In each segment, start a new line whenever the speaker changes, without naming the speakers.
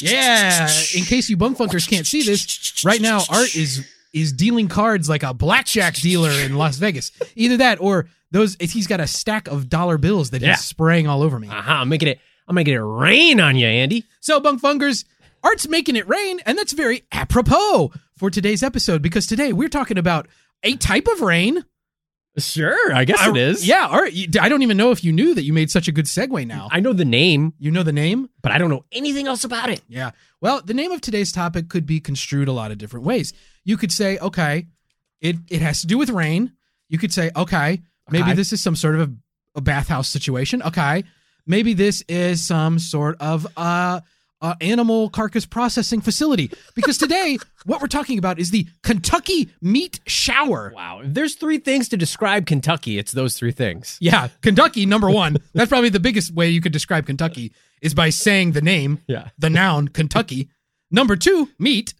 Yeah, in case you bumfunkers can't see this, right now Art is is dealing cards like a blackjack dealer in Las Vegas. Either that or those he's got a stack of dollar bills that
Yeah.
he's spraying all over me.
Uh-huh, I'm making it. I'm making it rain on you, Andy.
So, Bunkfungers, art's making it rain, and that's very apropos for today's episode because today we're talking about a type of rain.
Sure, I guess
I- Yeah, art. you- I don't even know if you knew that you made such a good segue now.
I know the name,
you know the name?
but I don't know anything else about it.
Yeah. Well, the name of today's topic could be construed a lot of different ways. You could say, okay, it, it has to do with rain. You could say, okay, maybe
Okay.
this is some sort of a, a bathhouse situation. Okay. Maybe this is some sort of uh, uh, animal carcass processing facility. Because today, what we're talking about is the Kentucky meat shower.
Wow. If there's three things to describe Kentucky, it's those three things.
Yeah, Kentucky, number one. That's probably the biggest way you could describe Kentucky is by saying the name,
Yeah.
the noun, Kentucky. Number two, meat.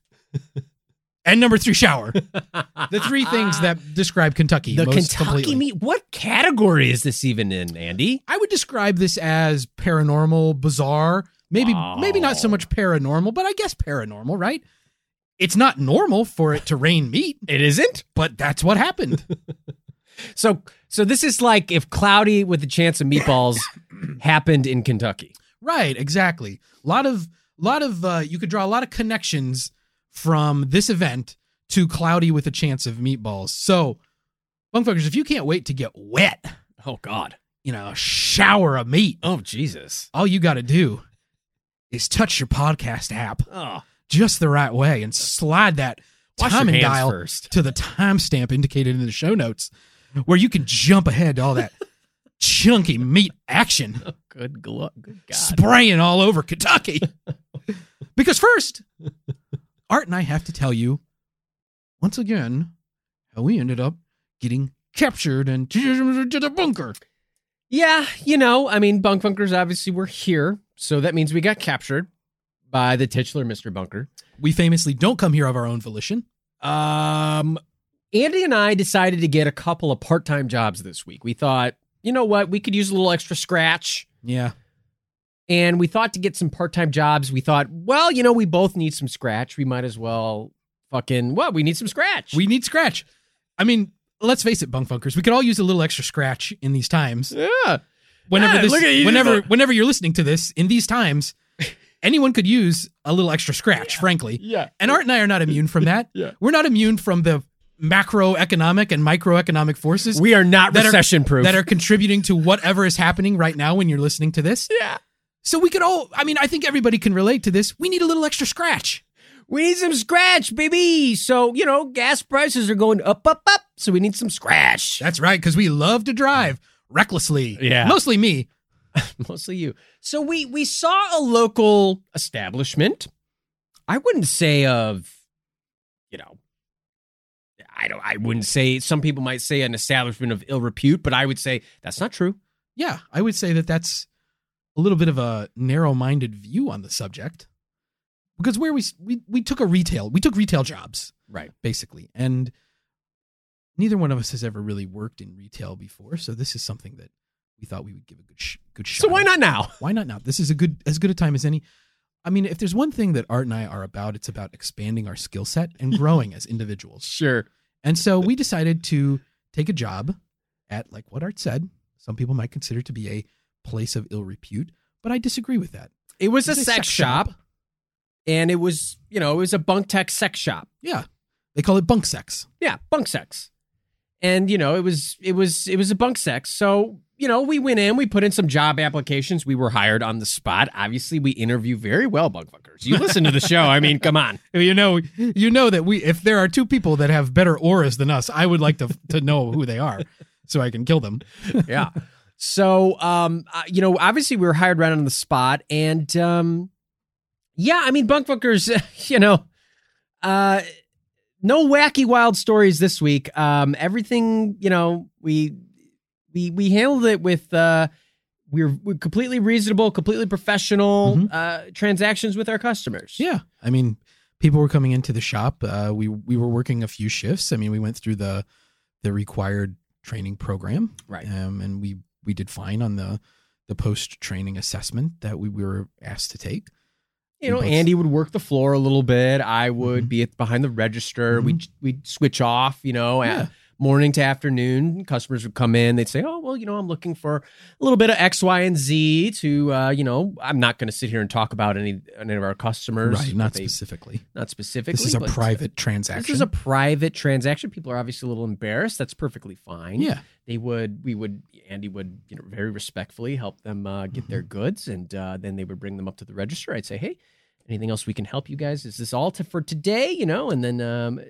And number three, shower. The three things that describe Kentucky.
The
most
Kentucky
completely.
meat. What category is this even in, Andy?
I would describe this as paranormal, bizarre. Maybe,
Wow.
maybe not so
Oh.
much paranormal, but I guess paranormal, right? It's not normal for it to rain meat,
It isn't.
but that's what happened.
So, so this is like if cloudy with a chance of meatballs happened in Kentucky.
Right, exactly. A lot of lot of uh, you could draw a lot of connections from this event to cloudy with a chance of meatballs. So, bunkfuckers, if you can't wait to get wet,
Oh God.
you know, a shower of meat,
Oh Jesus.
all you got to do is touch your podcast app
Oh,
just the right way and slide that
wash
time
your
and
hands
dial
first.
to the timestamp indicated in the show notes, where you can jump ahead to all that chunky meat action.
Oh, good, glo- good God.
spraying all over Kentucky. because first, Art and I have to tell you once again how we ended up getting captured and to the bunker.
yeah, you know, I mean, bunk bunkers obviously were here, so that means we got captured by the titular Mr. Bunker.
We famously don't come here of our own volition.
Um, Andy and I decided to get a couple of part-time jobs this week. We thought, you know what, we could use a little extra scratch,
Yeah.
and we thought to get some part-time jobs. We thought, well, you know, we both need some scratch. We might as well fucking what? We need some scratch.
We need scratch. I mean, let's face it, bunk bunkers. We could all use a little extra scratch in these times.
yeah.
Whenever
Yeah,
this
look at you,
whenever
you know.
whenever you're listening to this, in these times, anyone could use a little extra scratch, frankly.
Yeah.
And Art and I are not immune from that.
Yeah.
We're not immune from the macroeconomic and microeconomic forces
We are not
That are-
recession proof.
that are contributing to whatever is happening right now when you're listening to this.
yeah.
So we could all, I mean, I think everybody can relate to this. We need a little extra scratch.
We need some scratch, baby. So, you know, gas prices are going up, up, up. So we need some scratch.
That's right, because we love to drive. recklessly.
Yeah.
Mostly me.
mostly you. So we we saw a local establishment. I wouldn't say of, you know, I don't. I wouldn't say some people might say an establishment of ill repute, but I would say that's not true.
Yeah, I would say that that's a little bit of a narrow-minded view on the subject. Because where we s- we we took a retail, we took retail jobs
Right.
basically, and neither one of us has ever really worked in retail before, so this is something that we thought we would give a good sh- good shot.
So why
at.
not now?
Why not now? This is a good as good a time as any. I mean, if there's one thing that Art and I are about, it's about expanding our skill set and growing as individuals.
Sure.
And so we decided to take a job at, like what Art said, some people might consider to be a place of ill repute, but I disagree with that.
It was a sex shop, and it was you know it was a bunk tech sex shop.
Yeah. They call it bunk sex.
Yeah, bunk sex. And you know, it was it was it was a bunk sex. So, you know, we went in, we put in some job applications, we were hired on the spot. Obviously, we interview very well bunk fuckers. You listen to the show. I mean, come on.
You know, you know that we if there are two people that have better auras than us, I would like to to know who they are so I can kill them.
Yeah. So, um, uh, you know, obviously we were hired right on the spot and um yeah, I mean, bunk fuckers, you know, uh no wacky wild stories this week. Um everything, you know, we we we handled it with uh we're, we're completely reasonable, completely professional
Mhm.
uh, transactions with our customers.
Yeah, I mean, people were coming into the shop. Uh, we we were working a few shifts. I mean, we went through the the required training program,
Right.
Um, and we we did fine on the the post training assessment that we were asked to take.
you know,
Both.
Andy would work the floor a little bit. I would
Mhm.
be at, behind the register. We'd we'd switch off. You know,
Mm-hmm. Yeah.
at morning to afternoon. Customers would come in. They'd say, "Oh, well, you know, I'm looking for a little bit of X, Y, and Z." To uh, you know, I'm not going to sit here and talk about any any of our customers.
Right, not
They-
specifically.
not specifically.
This is a
but, uh,
private transaction.
This is a private transaction. People are obviously a little embarrassed. That's perfectly fine.
yeah,
They would, we would, Andy would, you know, very respectfully help them uh, get their goods, and uh, then they would bring them up to the register. I'd say, hey, anything else we can help you guys? Is this all to, for today? You know, and then um,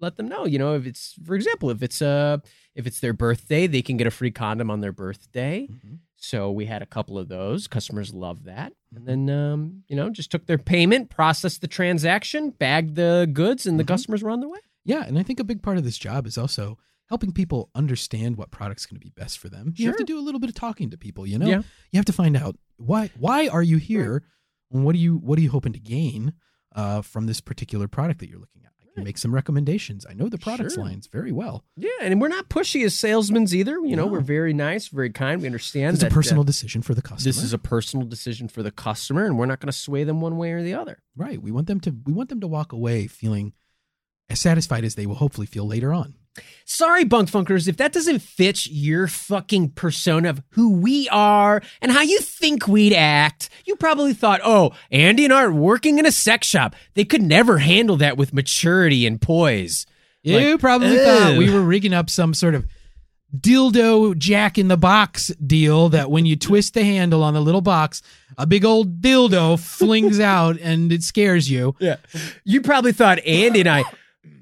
let them know. You know, if it's, for example, if it's uh, if it's their birthday, they can get a free condom on their birthday.
Mhm.
So we had a couple of those. Customers love that. And then, um, you know, just took their payment, processed the transaction, bagged the goods, and the
Mhm.
customers were on their way.
yeah, and I think a big part of this job is also helping people understand what product's going to be best for them. You have to
Sure.
do a little bit of talking to people. You know,
Yeah.
you have to find out why why are you here and what do you what are you hoping to gain uh, from this particular product that you're looking at i can
Right.
make some recommendations i know the products
Sure.
lines very well
Yeah, and we're not pushy as salesmen either. You know,
No.
we're very nice, very kind. We understand
it's a
that, uh,
personal decision for the customer
this is a personal decision for the customer, and we're not going to sway them one way or the other.
right we want them to we want them to walk away feeling as satisfied as they will hopefully feel later on
Sorry, bunk funkers, if that doesn't fit your fucking persona of who we are and how you think we'd act, you probably thought, oh, Andy and Art working in a sex shop, they could never handle that with maturity and poise. Like,
you probably thought
ew.
we were rigging up some sort of dildo jack in the box deal that when you twist the handle on the little box a big old dildo flings out and it scares you
Yeah. You probably thought Andy and I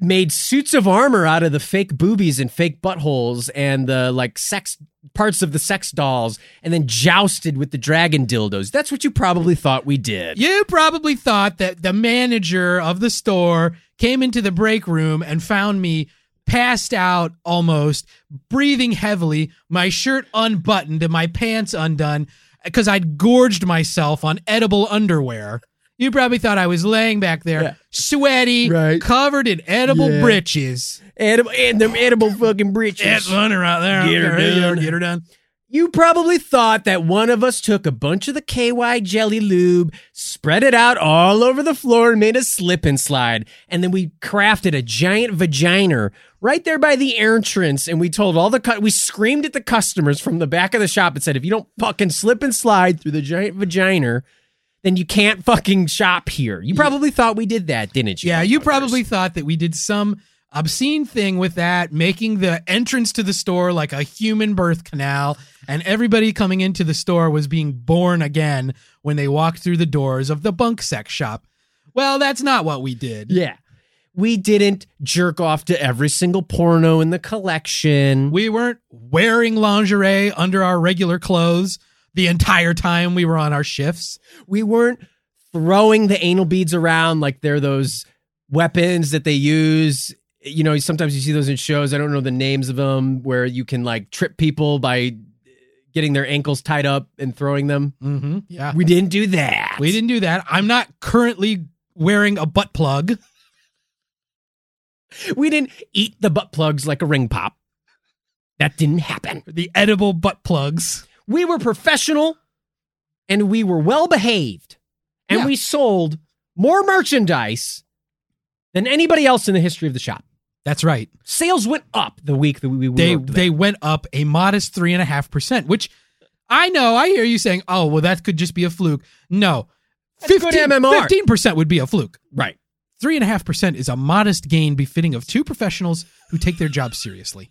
made suits of armor out of the fake boobies and fake buttholes and the like sex parts of the sex dolls and then jousted with the dragon dildos. That's what you probably thought we did.
You probably thought that the manager of the store came into the break room and found me passed out almost, breathing heavily, my shirt unbuttoned and my pants undone because I'd gorged myself on edible underwear. You probably thought I was laying back there,
Yeah.
sweaty,
Right.
covered in edible
Yeah.
britches.
Edible, and them edible fucking breeches.
running right there.
Get her
Okay,
done.
Get her done.
You probably thought that one of us took a bunch of the KY jelly lube, spread it out all over the floor, and made a slip and slide. And then we crafted a giant vagina right there by the entrance. And we told all the cu- we screamed at the customers from the back of the shop and said, if you don't fucking slip and slide through the giant vagina, then you can't fucking shop here. You probably thought we did that, didn't you?
Yeah, you
motherfuckers?
probably thought that we did some obscene thing with that, making the entrance to the store like a human birth canal, and everybody coming into the store was being born again when they walked through the doors of the bunk sex shop. Well, that's not what we did.
Yeah. we didn't jerk off to every single porno in the collection.
We weren't wearing lingerie under our regular clothes the entire time we were on our shifts.
we weren't throwing the anal beads around like they're those weapons that they use. You know, sometimes you see those in shows. I don't know the names of them where you can like trip people by getting their ankles tied up and throwing them.
Mm-hmm. Yeah.
We didn't do that.
We didn't do that. I'm not currently wearing a butt plug.
We didn't eat the butt plugs like a ring pop. That didn't happen.
The edible butt plugs.
We were professional and we were well behaved and
Yeah.
we sold more merchandise than anybody else in the history of the shop.
That's right.
Sales went up the week that we, we
They
worked
they
there.
went up a modest three and a half percent, which I know. I hear you saying, "Oh, well, that could just be a fluke." No,
That's good MMR.
fifteen percent would be a fluke.
right.
Three and a half percent is a modest gain befitting of two professionals who take their job seriously.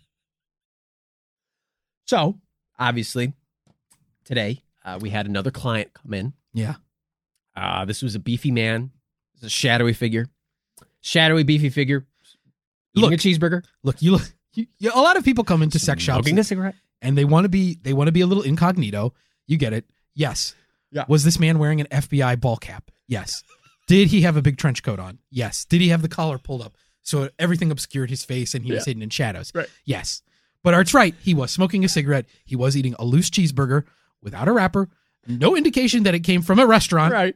So obviously, today uh, we had another client come in.
Yeah.
Uh, this was a beefy man. This is a shadowy figure, shadowy beefy figure. Eating
Look,
a cheeseburger,
Look, you look. You, you, a lot of people come into sex shops
smoking a cigarette.
and they want to be they want to be a little incognito. You get it? Yes.
Yeah.
Was this man wearing an FBI ball cap? Yes. Did he have a big trench coat on? Yes. Did he have the collar pulled up so everything obscured his face and he was hidden in shadows?
Right.
Yes. But Art's right. He was smoking a cigarette. He was eating a loose cheeseburger without a wrapper. No indication that it came from a restaurant.
Right.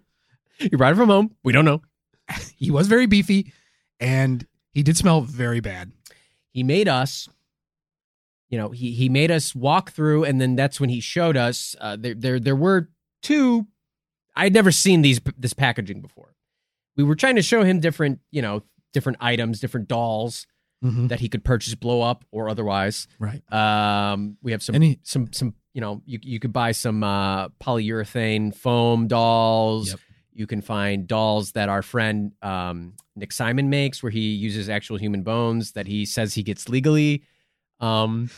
You brought it from home. We don't know.
He was very beefy, and he did smell very bad.
He made us. You know, he he made us walk through, and then that's when he showed us. Uh, there there there were two. I'd never seen these this packaging before. We were trying to show him different, you know, different items, different dolls.
Mm-hmm.
that he could purchase blow up or otherwise.
Right.
Um, we have some
Any-
some some you know you you could buy some uh, polyurethane foam dolls.
Yep.
You can find dolls that our friend um, Nick Simon makes, where he uses actual human bones that he says he gets legally. Um,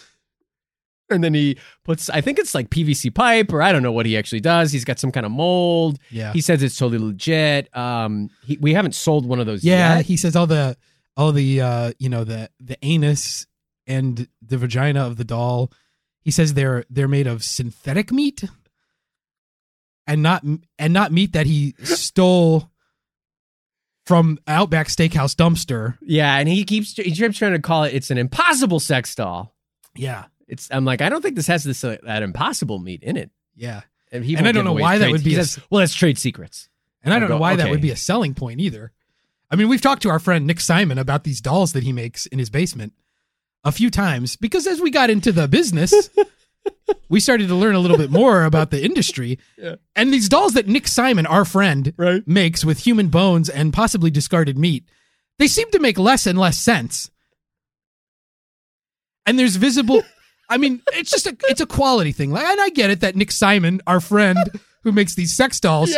and then he puts, I think it's like PVC pipe, or I don't know what he actually does. He's got some kind of mold.
Yeah.
He says it's totally legit. Um, he, we haven't sold one of those
Yeah,
yet.
he says all the all the uh you know the the anus and the vagina of the doll. He says they're they're made of synthetic meat and not and not meat that he stole from Outback Steakhouse dumpster.
Yeah, and he keeps he keeps trying to call it. It's an impossible sex doll.
Yeah.
It's I'm like I don't think this has this uh, that impossible meat in it.
Yeah.
And, he
And
won't
I don't
give
know
away his
why that
trade-
would be
he
a-
says, well, that's trade secrets.
And I
I'll
don't know
go,
why that
okay.
would be a selling point either. I mean, we've talked to our friend Nick Simon about these dolls that he makes in his basement a few times because as we got into the business, we started to learn a little bit more about the industry.
Yeah.
And these dolls that Nick Simon, our friend,
Right.
makes with human bones and possibly discarded meat, they seem to make less and less sense. And there's visible I mean, it's just a it's a quality thing. Like and I get it that Nick Simon, our friend who makes these sex dolls,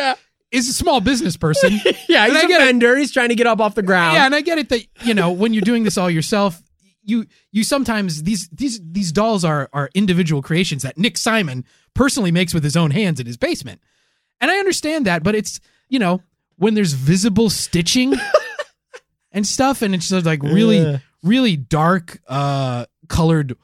is a small business person.
yeah.
And
He's
I
a
get it.
vendor. He's trying to get up off the ground.
yeah, and I get it that you know when you're doing this all yourself, you you sometimes these these these dolls are are individual creations that Nick Simon personally makes with his own hands in his basement, and I understand that, but it's you know when there's visible stitching and stuff, and it's just like really
Yeah.
really dark uh colored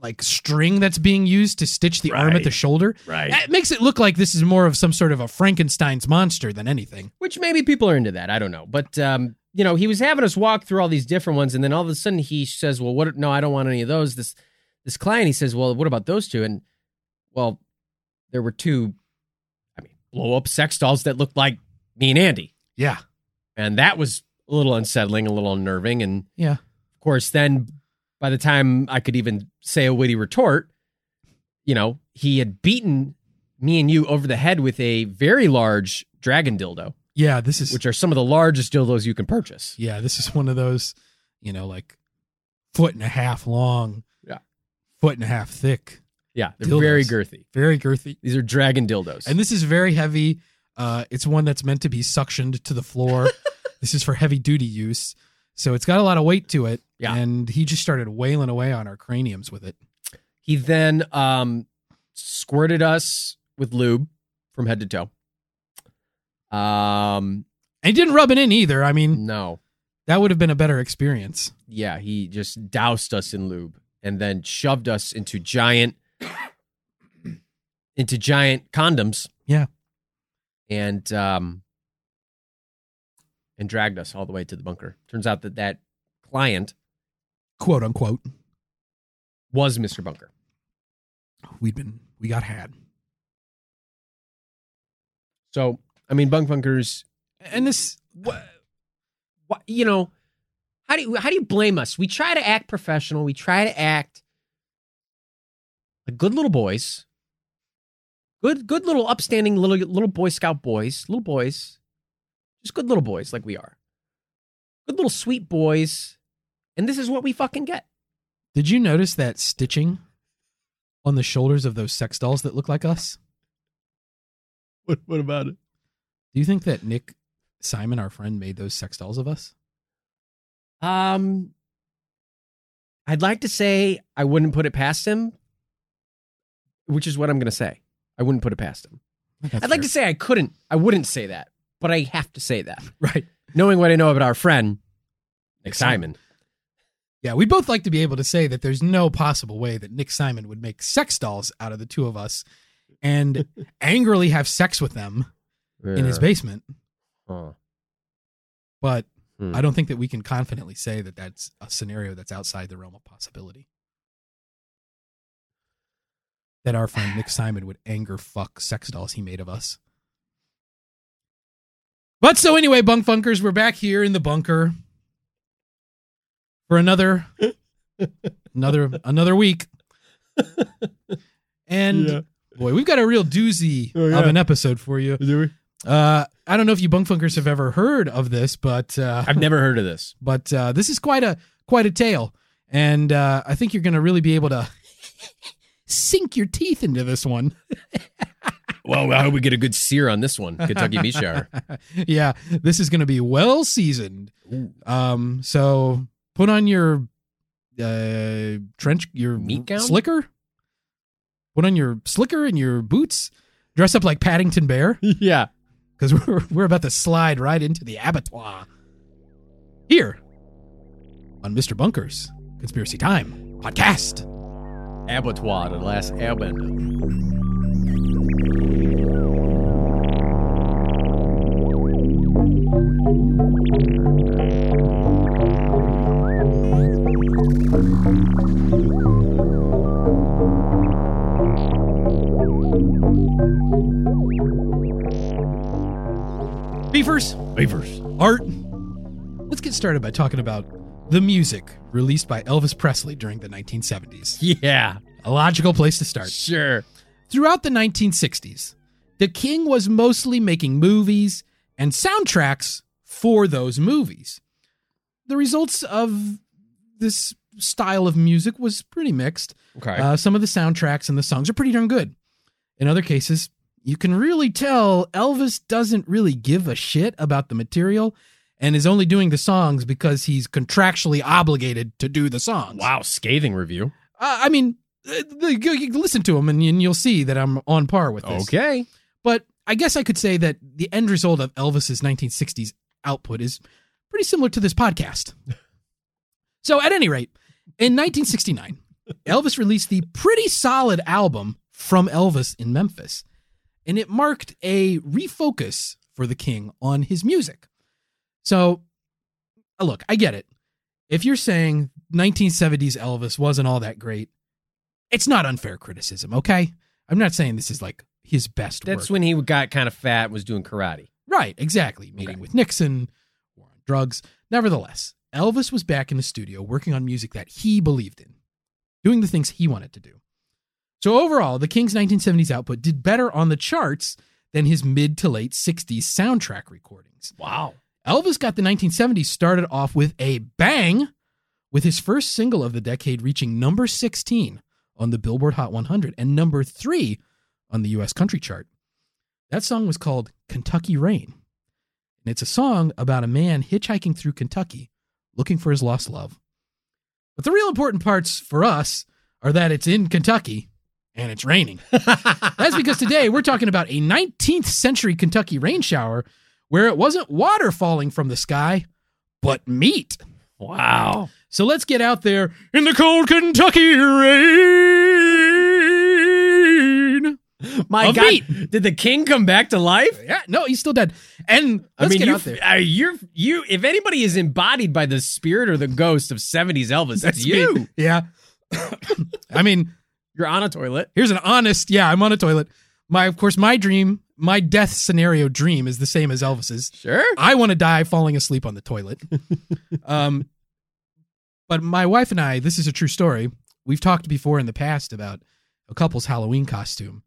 like string that's being used to stitch the arm at
Right.
the shoulder.
Right.
It makes it look like this is more of some sort of a Frankenstein's monster than anything.
Which maybe people are into that. I don't know. But um, you know, he was having us walk through all these different ones, and then all of a sudden he says, "Well, what? No, I don't want any of those." This this client, he says, "Well, what about those two? And well, there were two. I mean, blow up sex dolls that looked like me and Andy.
Yeah.
and that was a little unsettling, a little unnerving, and
Yeah.
of course, then by the time I could even say a witty retort, you know, he had beaten me and you over the head with a very large dragon dildo,
Yeah, this is
which are some of the largest dildos you can purchase.
yeah, this is one of those, you know, like foot and a half long,
Yeah.
foot and a half thick,
Yeah, they're
Dildos.
very girthy.
very girthy,
These are dragon dildos.
and this is very heavy. Uh, it's one that's meant to be suctioned to the floor. this is for heavy duty use, so it's got a lot of weight to it.
Yeah.
and he just started wailing away on our craniums with it.
he then um, squirted us with lube from head to toe. Um,
And he didn't rub it in either. I mean,
no,
That would have been a better experience.
Yeah, he just doused us in lube and then shoved us into giant into giant condoms.
Yeah.
And um and dragged us all the way to the bunker. Turns out that that client
Quote unquote.
was Mr. Bunker.
We'd been we got had.
So, I mean, bunk bunkers
And this
what, what you know how do you how do you blame us we try to act professional we try to act like good little boys good good little upstanding little little boy scout boys little boys just good little boys like we are good little sweet boys and this is what we fucking get
did you notice that stitching on the shoulders of those sex dolls that look like us?
what, what about it
Do you think that Nick Simon, our friend, made those sex dolls of us?
um i'd like to say i wouldn't put it past him which is what i'm gonna say i wouldn't put it past him I'd like to say I couldn't, I wouldn't say that, but I have to say that.
right.
Knowing what I know about our friend, Nick
Simon.
Simon.
Yeah, we both like to be able to say that there's no possible way that Nick Simon would make sex dolls out of the two of us and angrily have sex with them in his basement.
Huh.
But
Hmm.
I don't think that we can confidently say that that's a scenario that's outside the realm of possibility. That our friend Nick Simon would anger fuck sex dolls he made of us. But so anyway, bunk funkers, we're back here in the bunker for another another another week. And
Yeah.
boy, we've got a real doozy
Oh, yeah.
of an episode for you. Uh, I don't know if you bunk funkers have ever heard of this, but uh,
I've never heard of this.
but uh, this is quite a quite a tale, and uh, I think you're going to really be able to sink your teeth into this one.
Well, I hope we get a good sear on this one, Kentucky Beach Shower.
yeah, this is going to be well seasoned. Um, so put on your uh, trench, your
Meat gown?
slicker. Put on your slicker and your boots. Dress up like Paddington Bear.
yeah.
because we're, we're about to slide right into the abattoir here on Mr. Bunker's Conspiracy Time podcast.
Abattoir, the last airbender.
Beavers,
Wavers.
art. Let's get started by talking about the music released by Elvis Presley during the 1970s.
Yeah.
A logical place to start.
Sure.
Throughout the 1960s, the king was mostly making movies and soundtracks for those movies. The results of this style of music was pretty mixed.
Okay.
Uh, some of the soundtracks and the songs are pretty darn good. In other cases, you can really tell Elvis doesn't really give a shit about the material and is only doing the songs because he's contractually obligated to do the songs.
wow, scathing review.
Uh, I mean, uh, the, you, you listen to him and, and you'll see that I'm on par with this.
Okay.
But I guess I could say that the end result of Elvis's 1960s output is pretty similar to this podcast. so, at any rate, in 1969, Elvis released the pretty solid album From Elvis in Memphis, and it marked a refocus for the King on his music. So, uh, look, I get it. If you're saying 1970s Elvis wasn't all that great, it's not unfair criticism, okay? I'm not saying this is like his best work.
That's when he got kind of fat and was doing karate.
Right, exactly. Meeting
Okay.
with Nixon, war on drugs. Nevertheless, Elvis was back in the studio working on music that he believed in, doing the things he wanted to do. So overall, the King's 1970s output did better on the charts than his mid to late 60s soundtrack recordings.
Wow.
Elvis got the 1970s started off with a bang, with his first single of the decade reaching number 16 on the Billboard Hot 100 and number 3 on the U.S. country chart. That song was called Kentucky Rain. And it's a song about a man hitchhiking through Kentucky looking for his lost love. But the real important parts for us are that it's in Kentucky and it's raining. That's because today we're talking about a 19th century Kentucky rain shower where it wasn't water falling from the sky, but meat.
Wow.
So let's get out there in the cold Kentucky rain.
My
Of
God.
meat.
Did the king come back to life?
Yeah, no, he's still dead. And let's
I mean,
get
you,
out there.
uh, you're you. If anybody is embodied by the spirit or the ghost of '70s Elvis, that's
me.
you.
Yeah. I mean,
You're on a toilet.
here's an honest. Yeah, I'm on a toilet. My, of course, my dream, my death scenario dream is the same as Elvis's.
Sure.
I want to die falling asleep on the toilet. um, but my wife and I, this is a true story. We've talked before in the past about a couple's Halloween costume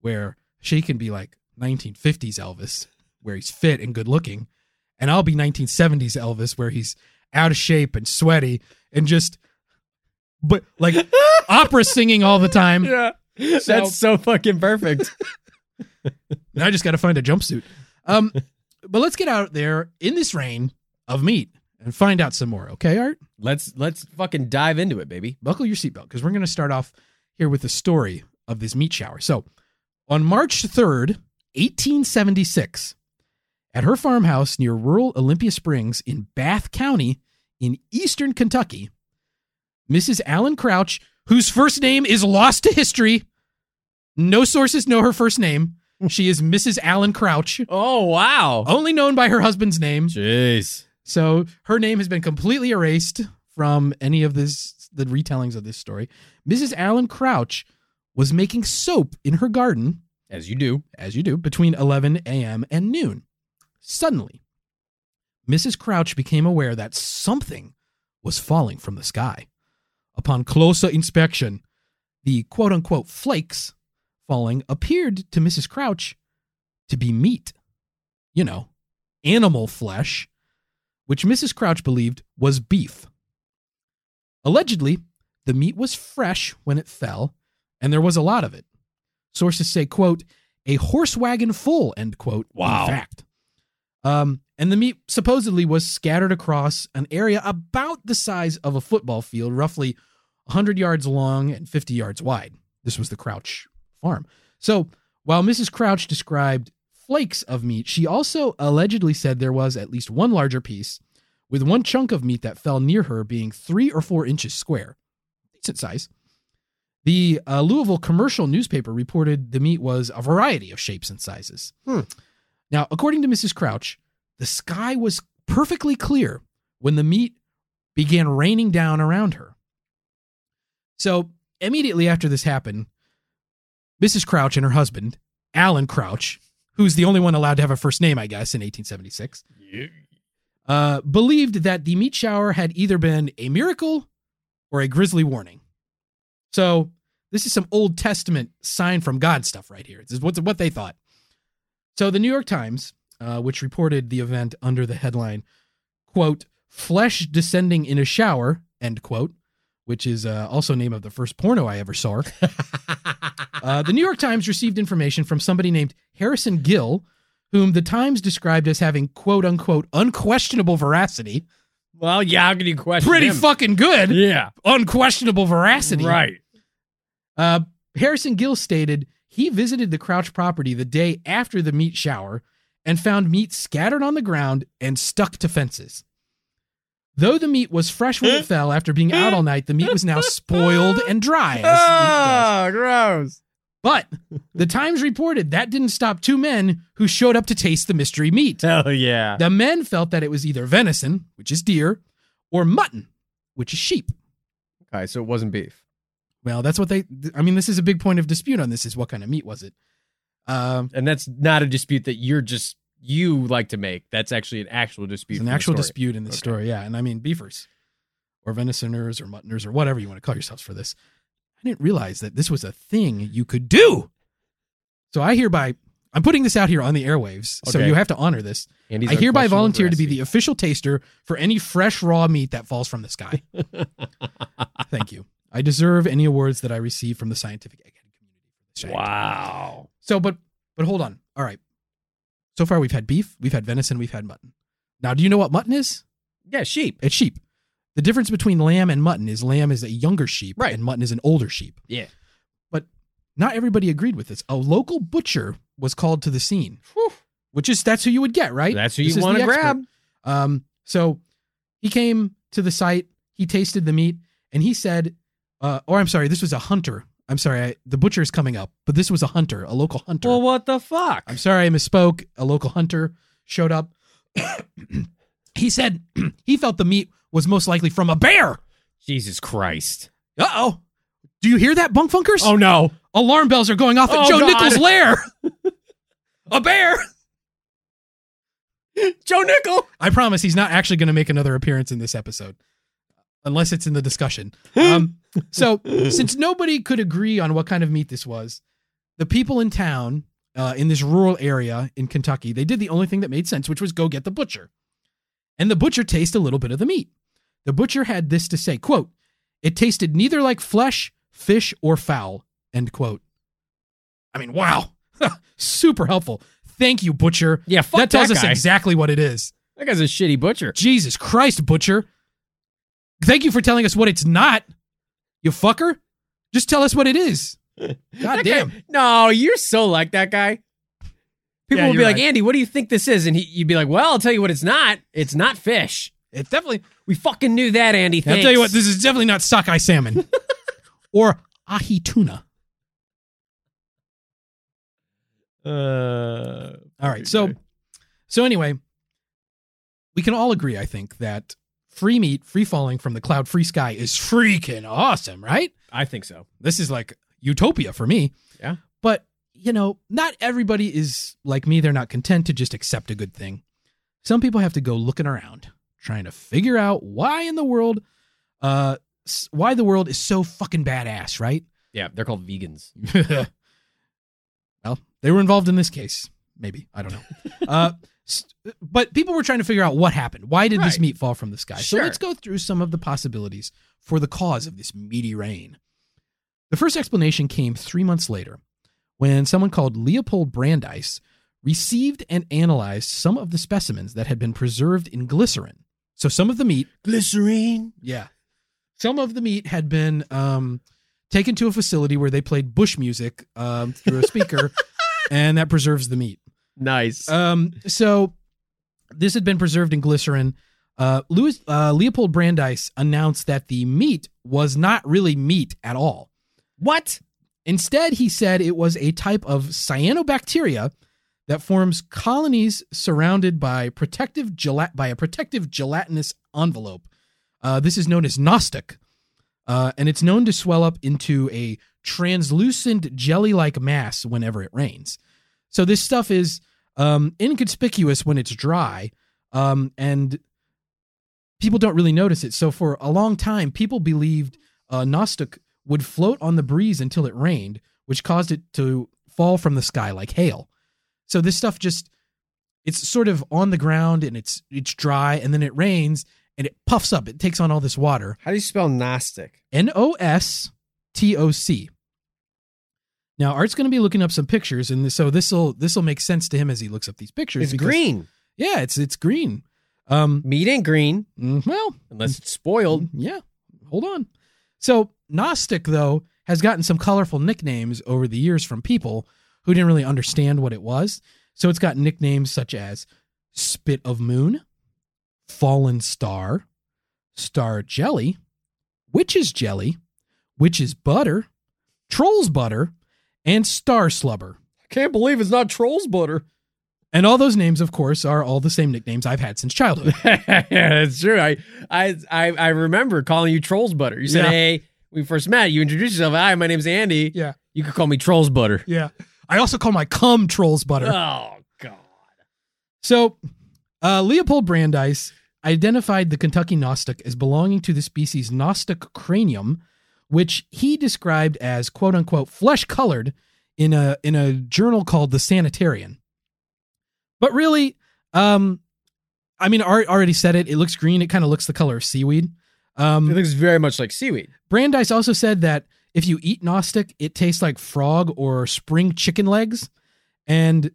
where she can be like 1950s Elvis, where he's fit and good looking, and I'll be 1970s Elvis, where he's out of shape and sweaty and just, but like opera singing all the time.
Yeah. That's so fucking perfect.
Now I just got to find a jumpsuit. Um, but let's get out there in this rain of meat and find out some more. Okay, Art,
let's let's fucking dive into it, baby.
buckle your seatbelt because we're going to start off here with the story of this meat shower. So, on March third, eighteen seventy six, at her farmhouse near rural Olympia Springs in Bath County in eastern Kentucky, Mrs. Allen Crouch, whose first name is lost to history, no sources know her first name. She is Mrs. Allen Crouch
Oh wow.
only known by her husband's name.
jeez.
So her name has been completely erased from any of this the retellings of this story. Mrs. Allen Crouch was making soap in her garden,
As you do.
as you do, between 11 a.m. and noon. Suddenly, Mrs. Crouch became aware that something was falling from the sky. Upon closer inspection, the quote unquote flakes falling appeared to Mrs. Crouch to be meat. You know, animal flesh, which Mrs. Crouch believed was beef. Allegedly, the meat was fresh when it fell, and there was a lot of it. Sources say, quote, a horse wagon full, end quote.
Wow.
In fact. Um, and the meat supposedly was scattered across an area about the size of a football field, roughly 100 yards long and 50 yards wide. This was the Crouch farm. So while Mrs. Crouch described flakes of meat, she also allegedly said there was at least one larger piece, with one chunk of meat that fell near her being three or four inches square. Decent size. The uh, Louisville commercial newspaper reported the meat was a variety of shapes and sizes.
Hmm.
Now, according to Mrs. Crouch, the sky was perfectly clear when the meat began raining down around her. So, immediately after this happened, Mrs. Crouch and her husband, Alan Crouch, who's the only one allowed to have a first name, I guess, in 1876, uh, believed that the meat shower had either been a miracle or a grisly warning. So this is some Old Testament sign from God stuff right here. This is what, what they thought. So the New York Times, uh, which reported the event under the headline, quote, flesh descending in a shower, end quote, which is uh, also name of the first porno I ever saw. Uh, the New York Times received information from somebody named Harrison Gill, whom the Times described as having quote unquote unquestionable veracity.
Well, yeah. How can you question?
Pretty
him?
fucking good.
Yeah.
Unquestionable veracity.
Right.
Uh, Harrison Gill stated he visited the Crouch property the day after the meat shower and found meat scattered on the ground and stuck to fences. Though the meat was fresh when it fell after being out all night, the meat was now spoiled and dry. as meat
Ah!
does.
gross.
But the Times reported that didn't stop two men who showed up to taste the mystery meat.
Hell yeah.
The men felt that it was either venison, which is deer, or mutton, which is sheep.
Okay, so it wasn't beef.
Well, that's what they. I mean, this is a big point of dispute on this: is what kind of meat was it? Um,
And that's not a dispute that you're just you like to make. That's actually an actual dispute.
it's an
from the
actual
story.
dispute in this
Okay.
story, yeah. And I mean, beefers, or venisoners, or muttoners, or whatever you want to call yourselves for this. I didn't realize that this was a thing you could do. So I hereby, I'm putting this out here on the airwaves. So
Okay.
you have to honor this.
Andy's
I hereby volunteer to be the
unquestionable
official taster for any fresh raw meat that falls from the sky. Thank you. I deserve any awards that I receive from the scientific egg
veracity.
community.
Wow.
So, but but hold on. All right. So far, we've had beef, we've had venison, we've had mutton. Now, do you know what mutton is?
Yeah, sheep.
It's sheep. The difference between lamb and mutton is lamb is a younger sheep
Right.
and mutton is an older sheep.
Yeah.
Not everybody agreed with this. A local butcher was called to the scene, which is that's who you would get, right?
That's who
This
you
is
want
the
to
expert.
grab.
Um, so He came to the site, he tasted the meat, and he said, uh, or I'm sorry, this was a hunter. I'm sorry, I, the butcher is coming up, but this was a hunter, a local hunter.
Well, what the fuck?
I'm sorry, I misspoke. A local hunter showed up. he said he felt the meat was most likely from a bear.
Jesus Christ.
Uh oh. Do you hear that, bunk funkers?
Oh no.
Alarm bells are going off at
Oh,
Joe
God.
Nichols' lair. a bear.
Joe Nickel.
I promise he's not actually going to make another appearance in this episode, unless it's in the discussion. Um, so, since nobody could agree on what kind of meat this was, the people in town, uh, in this rural area in Kentucky, they did the only thing that made sense, which was go get the butcher. And the butcher tasted a little bit of the meat. The butcher had this to say: "Quote, it tasted neither like flesh, fish, or fowl." End quote. I mean, wow, super helpful. Thank you, butcher.
Yeah, fuck
that tells
that
us
guy.
exactly what it is.
That guy's a shitty butcher.
Jesus Christ, Butcher. Thank you for telling us what it's not, you fucker. Just tell us what it is. God
That
damn.
guy- no, you're so like that guy. People
Yeah,
will be
you're
like,
right.
Andy, what do you think this is? And he, you'd be like, Well, I'll tell you what it's not. It's not fish.
It's definitely.
We fucking knew that, Andy. Thanks.
I'll tell you what, this is definitely not sockeye salmon or ahi tuna.
Uh,
All right. So, so anyway, we can all agree, I think, that free meat, free falling from the cloud, free sky is freaking awesome, right?
I think so.
this is like utopia for me.
Yeah.
But, you know, not everybody is like me. They're not content to just accept a good thing. Some people have to go looking around trying to figure out why in the world uh s- why the world is so fucking badass, right?
Yeah, they're called vegans.
well, they were involved in this case, maybe. I don't know. uh s- but people were trying to figure out what happened. Why did this
Right.
meat fall from the sky? So
Sure.
let's go through some of the possibilities for the cause of this meaty rain. The first explanation came three months later when someone called Leopold Brandeis received and analyzed some of the specimens that had been preserved in glycerin. So some of the meat
Glycerine.
yeah. Some of the meat had been um, taken to a facility where they played bush music um, through a speaker, and that preserves the meat.
Nice.
Um, so this had been preserved in glycerin. Uh, Louis, uh, Leopold Brandeis announced that the meat was not really meat at all.
what?
Instead, he said it was a type of cyanobacteria that forms colonies surrounded by protective gelat- by a protective gelatinous envelope. Uh, this is known as gnostic, uh, and it's known to swell up into a translucent jelly-like mass whenever it rains. So this stuff is um, inconspicuous when it's dry, um, and people don't really notice it. So for a long time, people believed uh, Gnostic would float on the breeze until it rained, which caused it to fall from the sky like hail. So this stuff just it's sort of on the ground and it's it's dry and then it rains and it puffs up. It takes on all this water.
How do you spell Gnostic?
N O S T O C. Now Art's going to be looking up some pictures and so this will this will make sense to him as he looks up these pictures.
It's
because-
green.
Yeah, it's it's green. Um
Meat ain't green
mm, well,
unless it's spoiled.
yeah, hold on. So Gnostic though has gotten some colorful nicknames over the years from people who didn't really understand what it was. So it's got nicknames such as Spit of Moon, Fallen Star, Star Jelly, Witch's Jelly, Witch's Butter, Troll's Butter, and Star Slubber.
I can't believe it's not trolls butter.
And all those names, of course, are all the same nicknames I've had since childhood.
yeah, that's true. I, I I I remember calling you Trolls Butter. You said,
Yeah.
"Hey, we first met. You introduced yourself. Hi, my name's Andy.
Yeah.
You could call me Trolls Butter."
yeah. I also call my cum Troll's Butter.
Oh God.
So, uh, Leopold Brandeis identified the Kentucky Gnostic as belonging to the species Gnostic cranium, which he described as "quote unquote" flesh colored in a in a journal called The Sanitarian. But really, um, I mean, Art already said it. It looks green. It kind of looks the color of seaweed. Um,
It looks very much like seaweed.
Brandeis also said that if you eat Gnostic, it tastes like frog or spring chicken legs. And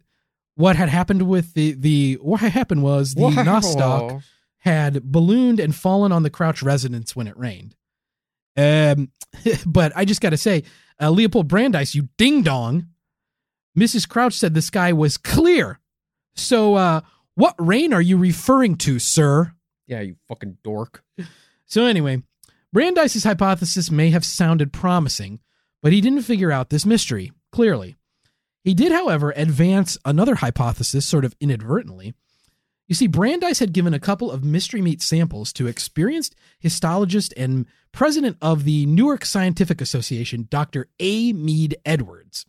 what had happened with the the what had happened was the Nostoc had ballooned and fallen on the Crouch residence when it rained. Um, but I just got to say, uh, Leopold Brandeis, you ding dong. Mrs. Crouch said the sky was clear. So, uh, what rain are you referring to, sir?
Yeah, you fucking dork.
So anyway, Brandeis's hypothesis may have sounded promising, but he didn't figure out this mystery, clearly. He did, however, advance another hypothesis sort of inadvertently. You see, Brandeis had given a couple of mystery meat samples to experienced histologist and president of the Newark Scientific Association, Dr. A. Mead Edwards.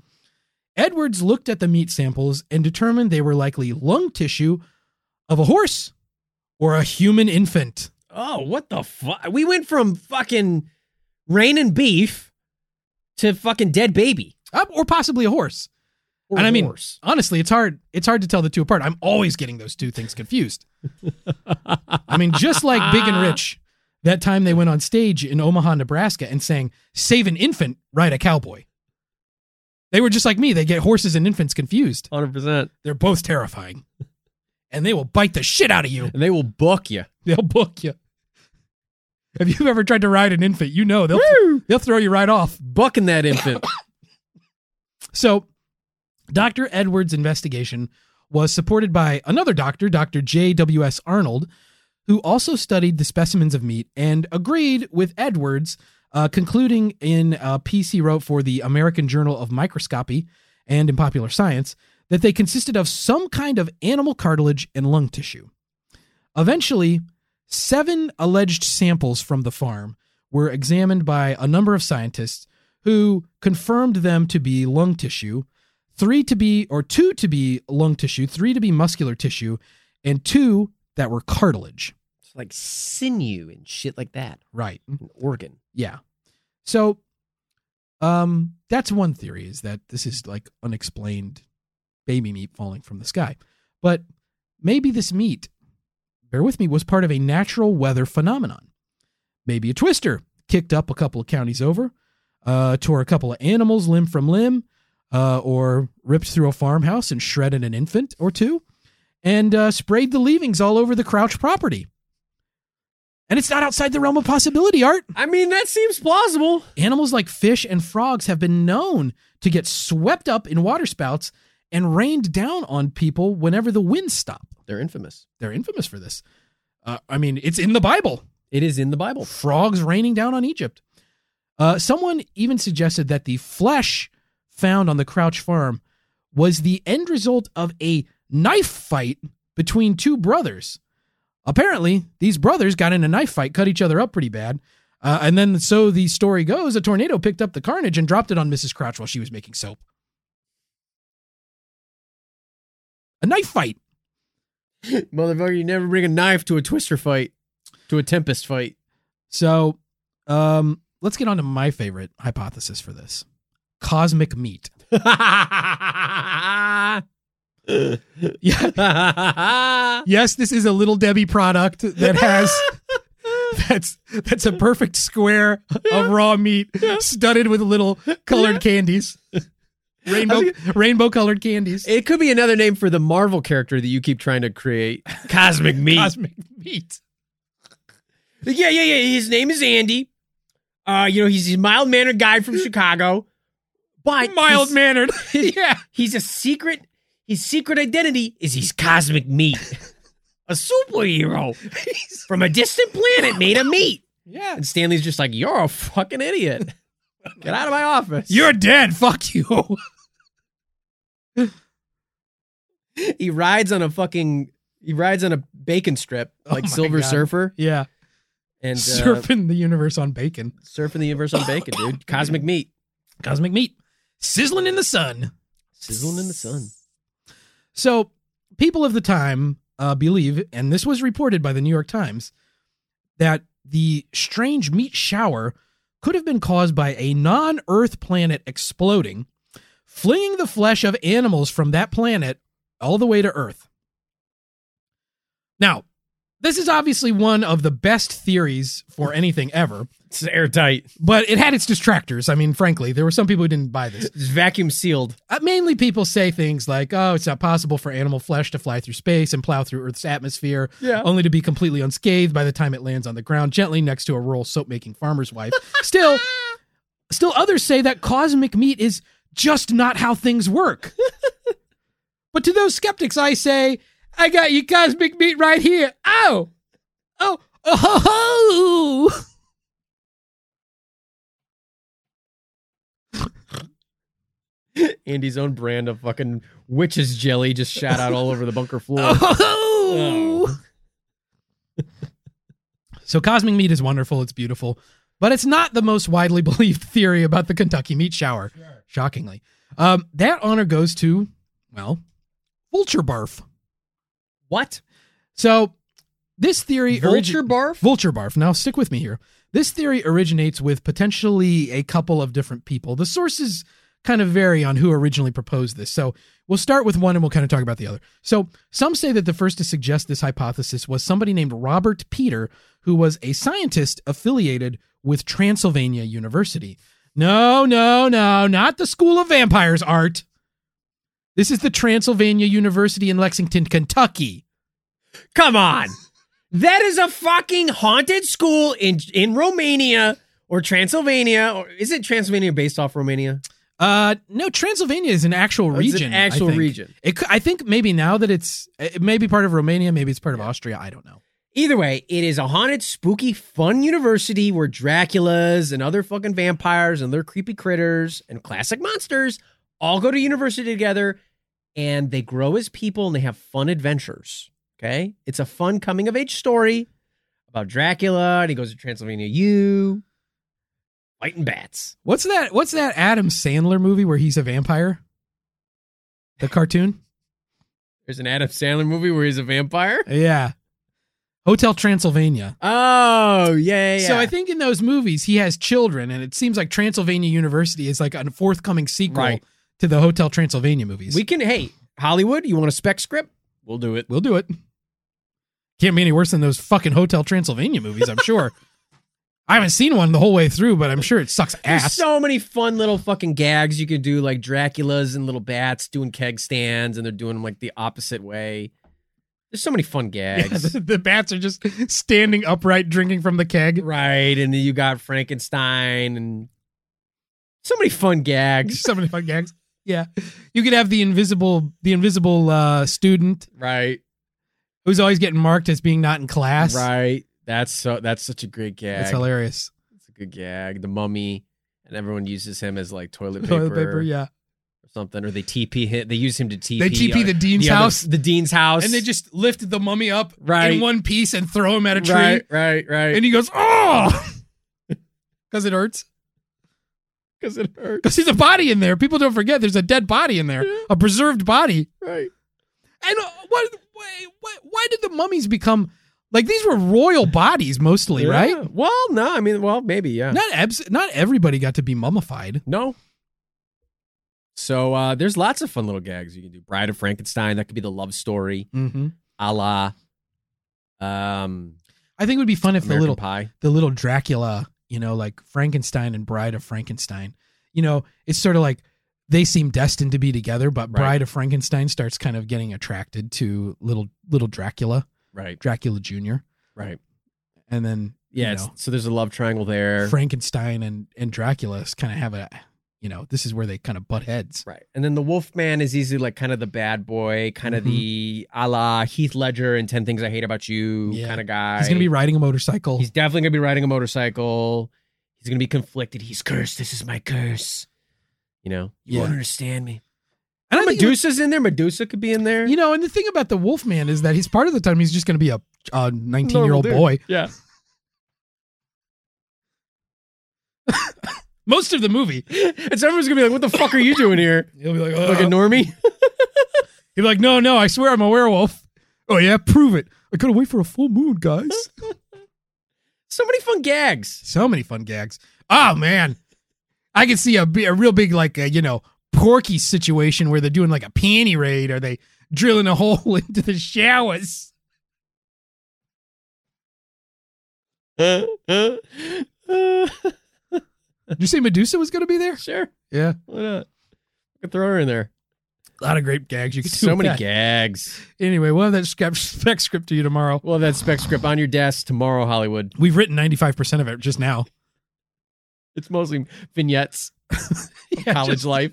Edwards looked at the meat samples and determined they were likely lung tissue of a horse or a human infant.
Oh, what the fuck? We went from fucking rain and beef to fucking dead baby.
Uh, or possibly a horse.
Or
and I mean,
horse.
honestly, it's hard. It's hard to tell the two apart. I'm always getting those two things confused. I mean, just like Big and Rich, that time they went on stage in Omaha, Nebraska, and sang "Save an Infant, Ride a Cowboy." They were just like me. They get horses and infants confused.
100%.
They're both terrifying, and they will bite the shit out of you.
And they will book you.
They'll book you. If you've ever tried to ride an infant, you know they'll they'll throw you right off.
Bucking that infant.
So, Dr. Edwards' investigation was supported by another doctor, Dr. J.W.S. Arnold, who also studied the specimens of meat and agreed with Edwards, uh, concluding in a piece he wrote for the American Journal of Microscopy and in Popular Science that they consisted of some kind of animal cartilage and lung tissue. Eventually, seven alleged samples from the farm were examined by a number of scientists who confirmed them to be lung tissue, three to be, or two to be lung tissue, three to be muscular tissue, and two that were cartilage.
it's like sinew and shit like that.
Right.
An organ.
Yeah. So, um, that's one theory is that this is like unexplained baby meat falling from the sky. But maybe this meat, bear with me, was part of a natural weather phenomenon. Maybe a twister kicked up a couple of counties over, uh, tore a couple of animals limb from limb, uh, or ripped through a farmhouse and shredded an infant or two, and uh, sprayed the leavings all over the Crouch property. And it's not outside the realm of possibility, Art.
I mean, that seems plausible.
Animals like fish and frogs have been known to get swept up in waterspouts and rained down on people whenever the winds stop.
They're infamous.
They're infamous for this. Uh, I mean, it's in the Bible.
It is in the Bible.
Frogs raining down on Egypt. Uh, someone even suggested that the flesh found on the Crouch farm was the end result of a knife fight between two brothers. Apparently, these brothers got in a knife fight, cut each other up pretty bad. Uh, and then, so the story goes, a tornado picked up the carnage and dropped it on Mrs. Crouch while she was making soap. A knife fight.
Motherfucker, you never bring a knife to a twister fight, to a tempest fight.
So, um, let's get on to my favorite hypothesis for this cosmic meat. Yeah. Yes, this is a little Debbie product that has that's that's a perfect square of raw meat studded with little colored candies. Rainbow rainbow colored candies.
It could be another name for the Marvel character that you keep trying to create. Cosmic meat.
Cosmic meat.
yeah, yeah, yeah. His name is Andy. Uh, you know, he's a mild mannered guy from Chicago. But
Mild mannered.
he's,
yeah.
he's a secret his secret identity is he's cosmic meat. a superhero from a distant planet made of meat.
Yeah.
And Stanley's just like, You're a fucking idiot. Get out of my office.
You're dead. Fuck you.
he rides on a fucking he rides on a bacon strip
Oh
like
my
Silver
God.
Surfer
Yeah.
and uh,
Surfing the universe on bacon.
surfing the universe on bacon, dude. Cosmic meat,
Cosmic meat. Sizzling in the sun.
sizzling in the sun.
So, people of the time uh, believe, and this was reported by the New York Times, that the strange meat shower could have been caused by a non Earth planet exploding, flinging the flesh of animals from that planet all the way to Earth. Now, this is obviously one of the best theories for anything ever,
It's airtight.
but it had its detractors. I mean, frankly, there were some people who didn't buy this.
It's vacuum sealed.
Uh, mainly people say things like, oh, it's not possible for animal flesh to fly through space and plow through Earth's atmosphere,
Yeah.
only to be completely unscathed by the time it lands on the ground gently next to a rural soap making farmer's wife. Still, still others say that cosmic meat is just not how things work. but to those skeptics, I say, I got you cosmic meat right here. Ow! Oh, oh, ho, ho.
Andy's own brand of fucking witch's jelly just shot out all over the bunker floor.
Oh, ho, ho. So cosmic meat is wonderful. It's beautiful, but it's not the most widely believed theory about the Kentucky meat shower. Shockingly, um, that honor goes to well, Vulture Barf.
What?
So this theory, origi-
Vulture barf?
Vulture Barf. Now stick with me here. This theory originates with potentially a couple of different people. The sources kind of vary on who originally proposed this. So we'll start with one and we'll kind of talk about the other. So some say that the first to suggest this hypothesis was somebody named Robert Peter, who was a scientist affiliated with Transylvania University. No, no, no, not the School of Vampires art. This is the Transylvania University in Lexington, Kentucky.
Come on. That is a fucking haunted school in in Romania or Transylvania or is it Transylvania based off Romania?
Uh, no, Transylvania is an actual
Or is it
region.
an actual
I think.
region.
It, cou- I think maybe now that it's it may be part of Romania, maybe it's part of Austria. I don't know.
Either way, it is a haunted, spooky, fun university where Draculas and other fucking vampires and their creepy critters and classic monsters all go to university together and they grow as people and they have fun adventures. Okay? It's a fun coming of age story about Dracula and he goes to Transylvania U fighting bats.
What's that? What's that Adam Sandler movie where he's a vampire? The cartoon?
There's an Adam Sandler movie where he's a vampire.
yeah. Hotel Transylvania.
Oh, yeah,
So I think in those movies he has children, and it seems like Transylvania University is like a forthcoming sequel
Right.
to the Hotel Transylvania movies.
we can hey, Hollywood, you want a spec script? We'll do it.
We'll do it. Can't be any worse than those fucking Hotel Transylvania movies, I'm sure. I haven't seen one the whole way through, but I'm sure it sucks
There's
ass.
so many fun little fucking gags you could do, like Draculas and little bats doing keg stands, and they're doing them like the opposite way. There's so many fun
Yeah,
gags,
the, the bats are just standing upright, drinking from the keg.
right? And then you got Frankenstein and so many fun gags,
So many fun gags. Yeah, you could have the invisible, the invisible uh, student
right?
who's always getting marked as being not in class.
Right. That's so. That's such a great gag.
That's hilarious.
It's a good gag. The mummy, and everyone uses him as like toilet paper,
Toilet paper, yeah.
or something, or they TP him. They use him to TP.
They TP the
other-
dean's
other-
house,
uh, the dean's house,
and they just lift the mummy up
Right.
in one piece and throw him at a tree.
right, right, right,
And he goes, "Oh," because it hurts.
because it hurts.
Because there's a body in there. People don't forget there's a dead body in there, a preserved body.
Right.
And uh, what, why, why, why did the mummies become like these were royal bodies mostly, right?
Well, no, I mean, well, maybe, yeah.
Not abs- not everybody got to be mummified.
No. So uh, there's lots of fun little gags you can do. Bride of Frankenstein, that could be the love story,
Mm-hmm.
a la um,
I think it would be fun if
American
the little
Pie.
the little Dracula, you know, like Frankenstein and Bride of Frankenstein. You know, it's sort of like they seem destined to be together, but
Right.
Bride of Frankenstein starts kind of getting attracted to little little Dracula,
Right,
Dracula Junior,
right.
and then you
Yeah, it's,
know,
so there's a love triangle there.
Frankenstein and and Dracula kind of have a you know this is where they kind of butt heads.
right. And then the Wolfman is easily like kind of the bad boy, kind of
Mhm.
the a la Heath Ledger and 10 Things I Hate About You
Yeah.
kind of guy.
He's gonna be riding a motorcycle.
He's definitely gonna be riding a motorcycle. He's gonna be conflicted. He's cursed. This is my curse. You know, you
Yeah.
won't understand me.
and I think,
Medusa's in there. Medusa could be in there.
you know, and the thing about the Wolfman is that he's part of the time he's just gonna be a a nineteen year old
Normal
boy.
dude. Yeah.
Most of the movie,
And so everyone's gonna be like, "What the fuck are you doing here,
he'll be like, "Ugh."
fucking normie?"
he'll be like, no, no, I swear I'm a werewolf. Oh yeah, prove it. I couldn't wait for a full moon, guys.
so many fun gags.
so many fun gags. Oh man, I can see a, bi- a real big like uh, you know Porky situation where they're doing like a panty raid or they drilling a hole into the showers.
sure.
Did you say Medusa was going to be there? Yeah,
Why not? I could throw her in there.
a lot of great gags. You could do
So
with
many
that.
gags.
Anyway, we'll have that scrap- spec script to you tomorrow.
Well, that spec script on your desk tomorrow, Hollywood.
We've written ninety five percent of it just now.
It's mostly vignettes,
Yeah,
college
just-
life.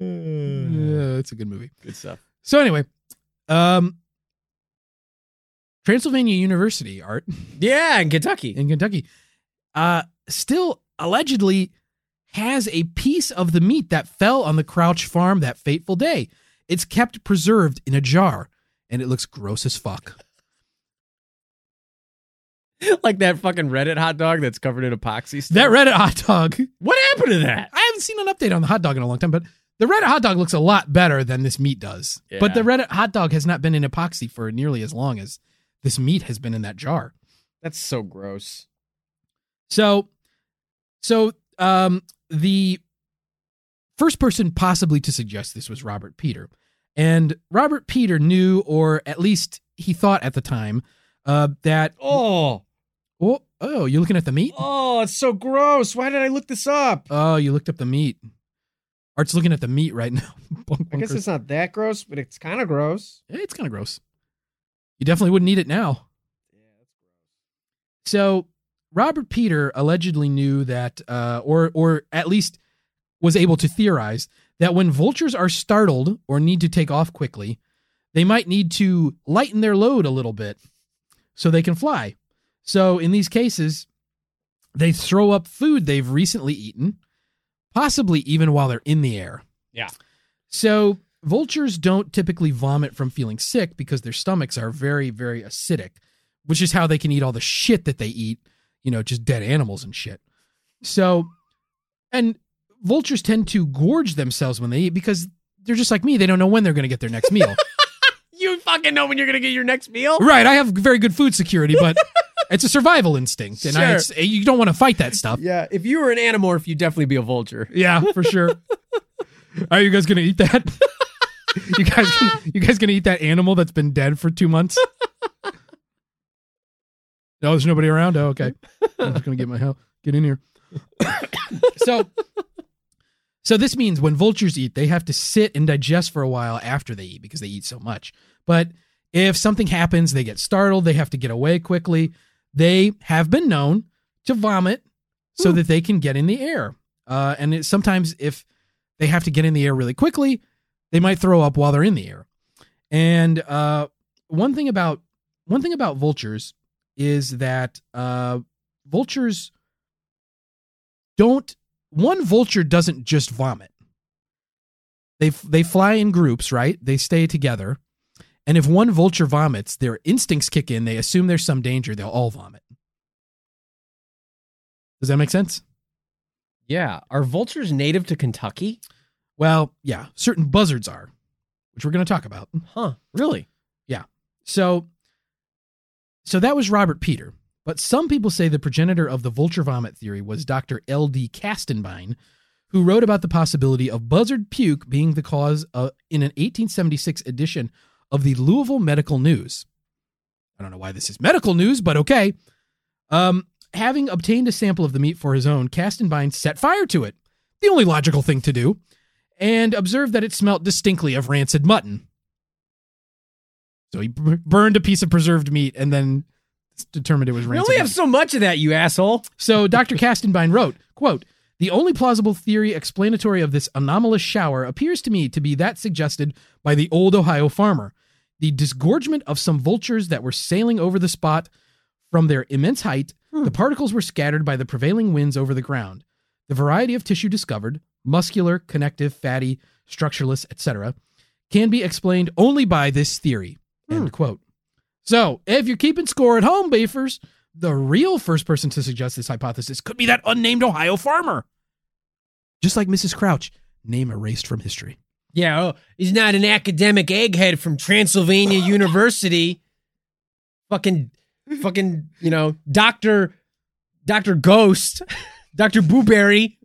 Yeah, it's a good movie. Mm. Hmm.
Good stuff.
So anyway, Um, Transylvania University art
Yeah, in Kentucky.
in Kentucky uh, still allegedly has a piece of the meat that fell on the Crouch farm that fateful day. It's kept preserved in a jar, and it looks gross as fuck.
like that fucking Reddit hot dog that's covered in epoxy stuff.
That Reddit hot dog.
what happened to that?
I haven't seen an update on the hot dog in a long time, but the Reddit hot dog looks a lot better than this meat does. But the
Yeah.
Reddit hot dog has not been in epoxy for nearly as long as this meat has been in that jar.
That's so gross.
So, so um, the first person possibly to suggest this was Robert Peter, and Robert Peter knew, or at least he thought at the time, uh, that
Oh,
oh, oh, you're looking at the meat.
oh, it's so gross. Why did I look this up?
Oh, you looked up the meat. Art's looking at the meat right now. Bunk
I guess
bunkers.
it's not that gross, but it's kind of gross.
Eh, it's kind of gross. You definitely wouldn't eat it now. So Robert Peter allegedly knew that, uh, or or at least was able to theorize that when vultures are startled or need to take off quickly, they might need to lighten their load a little bit so they can fly. So in these cases, they throw up food they've recently eaten, possibly even while they're in the air.
Yeah.
So vultures don't typically vomit from feeling sick because their stomachs are very, very acidic, which is how they can eat all the shit that they eat, you know, just dead animals and shit. So, and vultures tend to gorge themselves when they eat because they're just like me. They don't know when they're going to get their next meal.
You fucking know when you're gonna get your next meal.
right. I have very good food security, but it's a survival instinct. And I,
Sure.
it's, you don't want to fight that stuff.
Yeah, if you were an animorph, you'd definitely be a vulture.
Yeah, for sure. Are you guys gonna eat that? you guys, gonna, you guys gonna eat that animal that's been dead for two months? No, there's nobody around. Oh, okay. I'm just gonna get my hell get in here. so, so this means when vultures eat, they have to sit and digest for a while after they eat because they eat so much. But if something happens, they get startled. They have to get away quickly. They have been known to vomit so that they can get in the air. Uh, and it, sometimes if they have to get in the air really quickly, they might throw up while they're in the air. And uh, one thing about one thing about vultures is that uh, vultures don't one vulture doesn't just vomit. They f- they fly in groups, right? They stay together. And if one vulture vomits, their instincts kick in. They assume there's some danger. They'll all vomit. Does that make sense?
Yeah, are vultures native to Kentucky?
Well, yeah, certain buzzards are, which we're going to talk about.
Huh? Really?
So, so that was Robert Peter. But some people say the progenitor of the vulture vomit theory was Dr. L.D. Kastenbein, who wrote about the possibility of buzzard puke being the cause of, in an 1876 edition of the Louisville Medical News. I don't know why this is medical news, but okay. Um, having obtained a sample of the meat for his own, Kastenbein set fire to it, the only logical thing to do, and observed that it smelt distinctly of rancid mutton. So he b- burned a piece of preserved meat and then s- determined it was
We
rancid.
only
mutton.
have so much of that, you asshole.
So Dr. Kastenbein wrote, quote, the only plausible theory explanatory of this anomalous shower appears to me to be that suggested by the old Ohio farmer. The disgorgement of some vultures that were sailing over the spot from their immense height, the particles were scattered by the prevailing winds over the ground. The variety of tissue discovered, muscular, connective, fatty, structureless, etc., can be explained only by this theory. End quote. So, if you're keeping score at home, beefers, the real first person to suggest this hypothesis could be that unnamed Ohio farmer. Just like Mrs. Crouch, name erased from history.
Yeah, oh, he's not an academic egghead from Transylvania University. Fucking, fucking, you know, Doctor, Doctor Ghost, Doctor Booberry,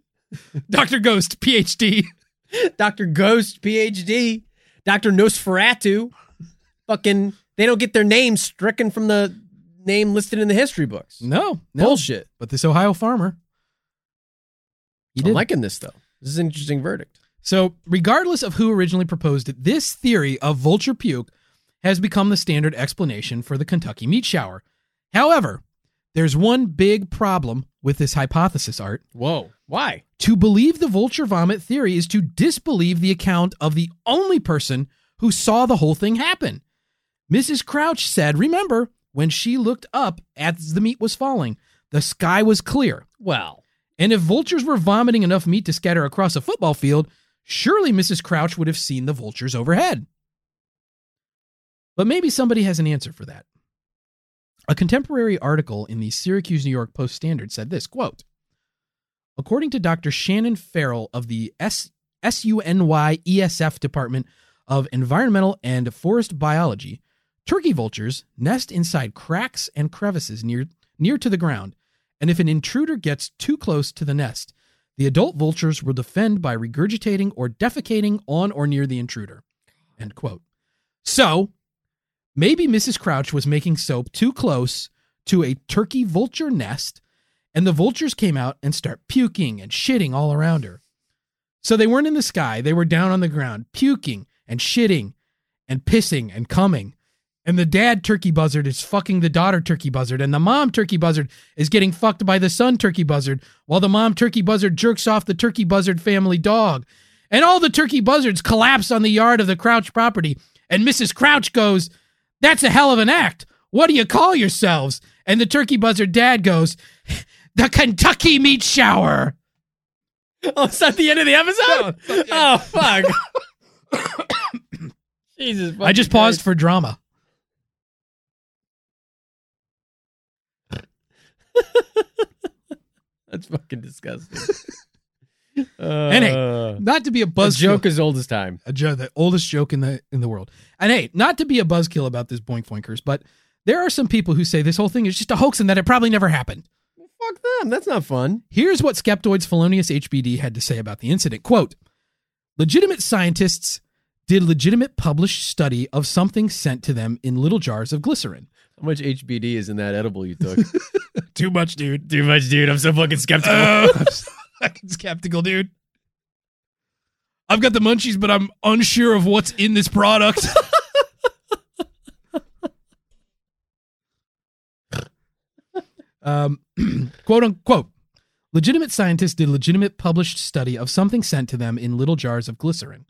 Dr. Ghost, PhD.
Doctor Ghost, PhD, Doctor Nosferatu. Fucking, they don't get their name stricken from the name listed in the history books.
No, no.
Bullshit.
But this Ohio farmer. He
I'm
did.
liking this though. This is an interesting verdict.
So, regardless of who originally proposed it, this theory of vulture puke has become the standard explanation for the Kentucky meat shower. However, there's one big problem with this hypothesis, Art.
Whoa, why?
To believe the vulture vomit theory is to disbelieve the account of the only person who saw the whole thing happen. Mrs. Crouch said, Remember, when she looked up as the meat was falling, the sky was clear.
Well,
And if vultures were vomiting enough meat to scatter across a football field, surely Mrs. Crouch would have seen the vultures overhead. But maybe somebody has an answer for that. A contemporary article in the Syracuse, New York Post Standard said this quote According to Dr. Shannon Farrell of the S- SUNY ESF E Department of Environmental and Forest Biology, turkey vultures nest inside cracks and crevices near, near to the ground and if an intruder gets too close to the nest, the adult vultures will defend by regurgitating or defecating on or near the intruder. End quote. So, maybe Mrs. Crouch was making soap too close to a turkey vulture nest, and the vultures came out and start puking and shitting all around her. So they weren't in the sky, they were down on the ground, puking and shitting and pissing and coming. And the dad turkey buzzard is fucking the daughter turkey buzzard, and the mom turkey buzzard is getting fucked by the son turkey buzzard, while the mom turkey buzzard jerks off the turkey buzzard family dog. And all the turkey buzzards collapse on the yard of the Crouch property, and Mrs. Crouch goes, That's a hell of an act. What do you call yourselves? And the turkey buzzard dad goes, The Kentucky meat shower.
oh, it's not the end of the episode. oh fuck! Jesus,
I just paused for drama.
That's fucking disgusting. uh,
hey, Not to be a
a
buzz
joke as old as time.
a jo- the oldest joke in the in the world. And hey, not to be a buzzkill about this boink boinkers, but there are some people who say this whole thing is just a hoax and that it probably never happened.
Fuck them. That's not fun.
Here's what Skeptoid's Felonious HBD had to say about the incident. Quote, legitimate scientists did legitimate published study of something sent to them in little jars of glycerin.
How much HBD is in that edible you took?
Too much, dude.
Too much, dude. I'm so fucking skeptical.
Uh, I'm so fucking skeptical, dude. I've got the munchies, but I'm unsure of what's in this product. um, quote unquote. Legitimate scientists did legitimate published study of something sent to them in little jars of glycerin.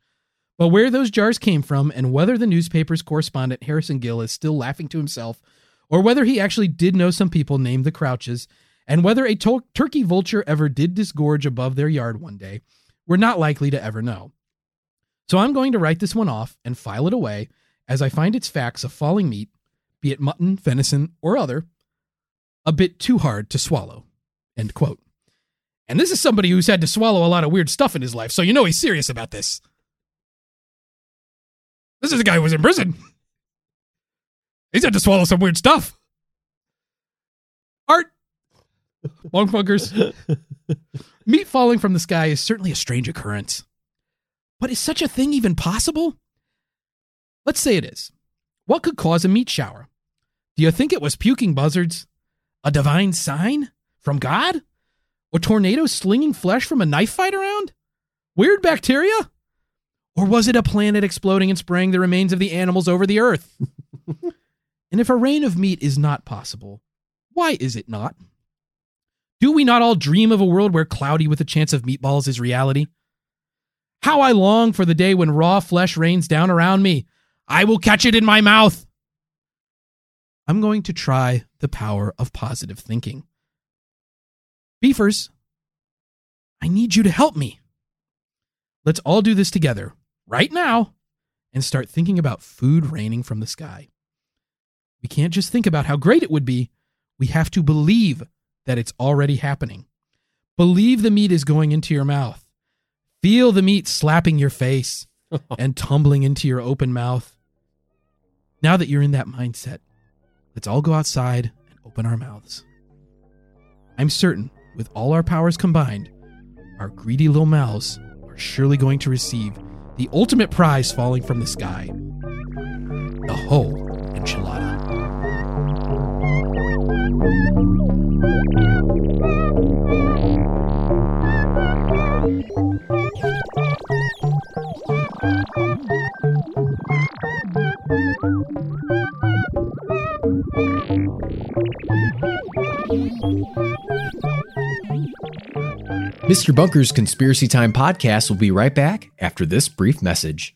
But where those jars came from and whether the newspaper's correspondent Harrison Gill is still laughing to himself, or whether he actually did know some people named the Crouches, and whether a to- turkey vulture ever did disgorge above their yard one day, we're not likely to ever know. So I'm going to write this one off and file it away as I find its facts of falling meat, be it mutton, venison, or other, a bit too hard to swallow. End quote. And this is somebody who's had to swallow a lot of weird stuff in his life, so you know he's serious about this. This is a guy who was in prison. He's had to swallow some weird stuff. Art. Long fuckers. Meat falling from the sky is certainly a strange occurrence. But is such a thing even possible? Let's say it is. What could cause a meat shower? Do you think it was puking buzzards? A divine sign? From God? Or tornadoes slinging flesh from a knife fight around? Weird bacteria? Or was it a planet exploding and spraying the remains of the animals over the earth? and if a rain of meat is not possible, why is it not? Do we not all dream of a world where cloudy with a chance of meatballs is reality? How I long for the day when raw flesh rains down around me. I will catch it in my mouth. I'm going to try the power of positive thinking. Beefers, I need you to help me. Let's all do this together right now and start thinking about food raining from the sky. We can't just think about how great it would be. We have to believe that it's already happening. Believe the meat is going into your mouth. Feel the meat slapping your face and tumbling into your open mouth. Now that you're in that mindset, let's all go outside and open our mouths. I'm certain, with all our powers combined, our greedy little mouths are surely going to receive the ultimate prize falling from the sky the whole enchilada.
Mr. Bunker's Conspiracy Time podcast will be right back after this brief message.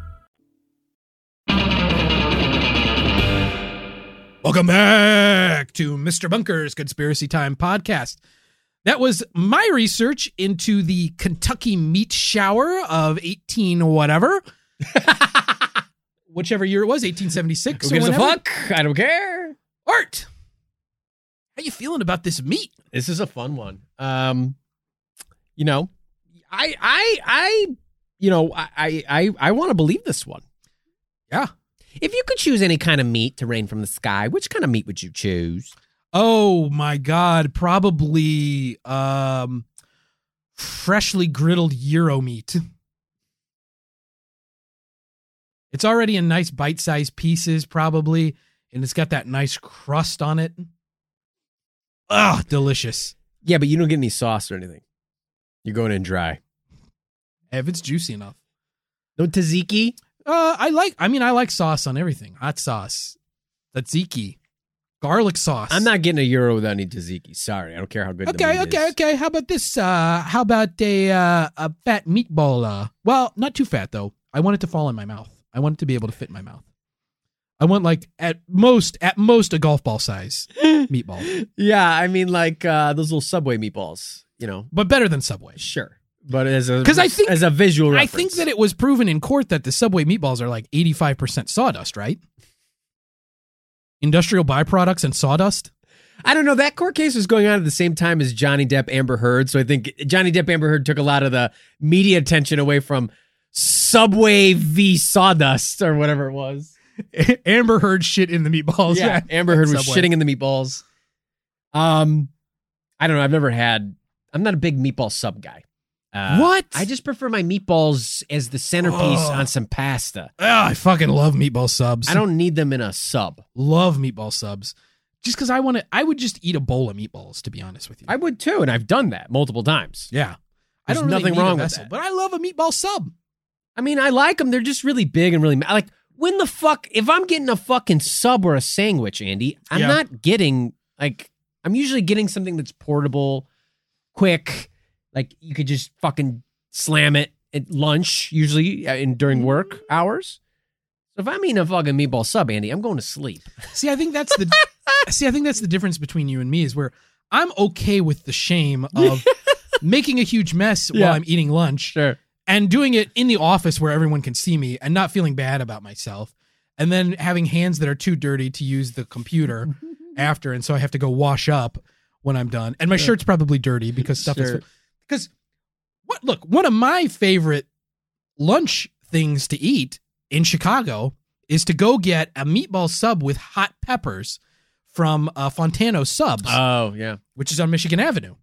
Welcome back to Mr. Bunker's Conspiracy Time podcast. That was my research into the Kentucky meat shower of 18 whatever. Whichever year it was, 1876.
Who
or
gives a
whenever.
fuck? I don't care.
Art, how you feeling about this meat?
This is a fun one. Um, you know, I, I, I, you know, I, I, I, I want to believe this one.
Yeah.
If you could choose any kind of meat to rain from the sky, which kind of meat would you choose?
Oh my god, probably um freshly griddled euro meat. It's already in nice bite-sized pieces probably and it's got that nice crust on it. Ah, delicious.
Yeah, but you don't get any sauce or anything. You're going in dry.
If it's juicy enough.
No tzatziki.
Uh I like I mean I like sauce on everything. Hot sauce, tzatziki, garlic sauce.
I'm not getting a euro without any tzatziki. Sorry, I don't care how good.
Okay,
the meat
okay,
is.
okay. How about this? Uh, how about a uh, a fat meatball? Uh, well, not too fat though. I want it to fall in my mouth. I want it to be able to fit in my mouth. I want like at most, at most, a golf ball size meatball,
Yeah, I mean like uh, those little Subway meatballs. You know,
but better than Subway.
sure, but as a
'Cause I think-
as a visual,
I
reference.
think that it was proven in court that the Subway meatballs are like eighty five percent sawdust, right? Industrial byproducts and sawdust.
I don't know. That court case was going on at the same time as Johnny Depp Amber Heard, so I think Johnny Depp Amber Heard took a lot of the media attention away from Subway v Sawdust or whatever it was.
Amber Heard shit in the meatballs.
yeah, Amber Heard was
Oh, Subway.
shitting in the meatballs. Um, I don't know. I've never had. I'm not a big meatball sub guy. Uh,
What?
I just prefer my meatballs as the centerpiece
Ugh.
on some pasta.
Ah, I fucking love meatball subs.
I don't need them in a sub.
love meatball subs just because I want to. I would just eat a bowl of meatballs, to be honest with you.
I would too, and I've done that multiple times.
yeah, I
There's
don't really
nothing
need a
wrong with
vessel,
that.
but I love a meatball sub.
I mean, I like them. They're just really big and really ma- like. When the fuck, if I'm getting a fucking sub or a sandwich, Andy, I'm
Yeah.
not getting like. I'm usually getting something that's portable, quick. Like you could just fucking slam it at lunch, usually uh, and during work hours. So if I'm eating a fucking meatball sub, Andy, I'm going to sleep.
See, I think that's the see. I think that's the difference between you and me is where I'm okay with the shame of making a huge mess
Yeah.
while I'm eating lunch
Sure.
and doing it in the office where everyone can see me and not feeling bad about myself, and then having hands that are too dirty to use the computer after, and so I have to go wash up when I'm done, and my shirt's probably dirty because stuff is.
Sure.
because what look one of my favorite lunch things to eat in chicago is to go get a meatball sub with hot peppers from uh, fontano subs
Oh yeah.
which is on michigan avenue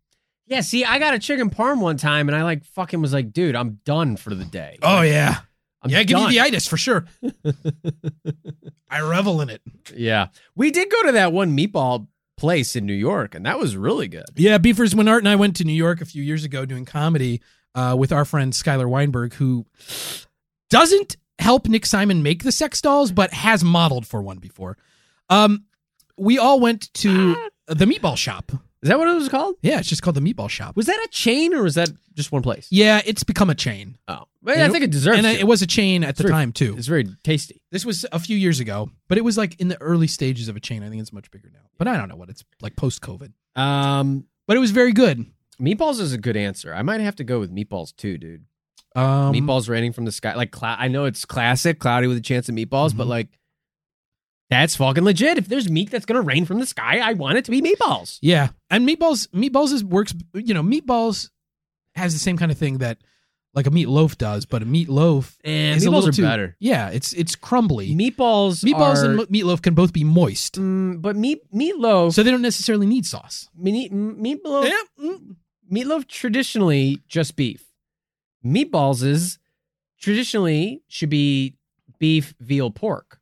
Yeah, see, I got a chicken parm one time, and I like fucking was like, dude, I'm done for the day.
Oh, yeah
I'm
yeah give
done.
me the itis for sure i revel in it
Yeah. We did go to that one meatball place in New York, and that was really good.
yeah beefers when art and i went to new york a few years ago doing comedy uh, with our friend skylar weinberg who doesn't help nick simon make the sex dolls but has modeled for one before um, we all went to the meatball shop
Is that what it was called?
Yeah, it's just called the Meatball Shop.
Was that a chain or was that just one place?
Yeah, it's become a chain,
Oh. Well, I think it deserves
and
to.
it was a chain at the
Sure.
time too.
It's very tasty.
This was a few years ago, but it was like in the early stages of a chain. I think it's much bigger now, but I don't know what it's like post COVID.
Um
But it was very good.
meatballs is a good answer. I might have to go with meatballs too, dude.
Um,
meatballs raining from the sky. Like clou- I know it's classic, cloudy with a chance of meatballs,
Mm-hmm.
but like that's fucking legit. If there's meat that's gonna rain from the sky, I want it to be meatballs.
Yeah, and meatballs. Meatballs is works. You know, meatballs has the same kind of thing that like a meatloaf does, but a meatloaf
Eh,
is a
meatballs
little
are
too-
better.
Yeah, it's it's crumbly.
Meatballs,
meatballs
are,
and and meatloaf can both be moist,
Mm, but meat meatloaf.
so they don't necessarily need sauce.
meat, meatloaf. Mm. Meatloaf traditionally just beef. Meatballs is traditionally should be beef, veal, pork.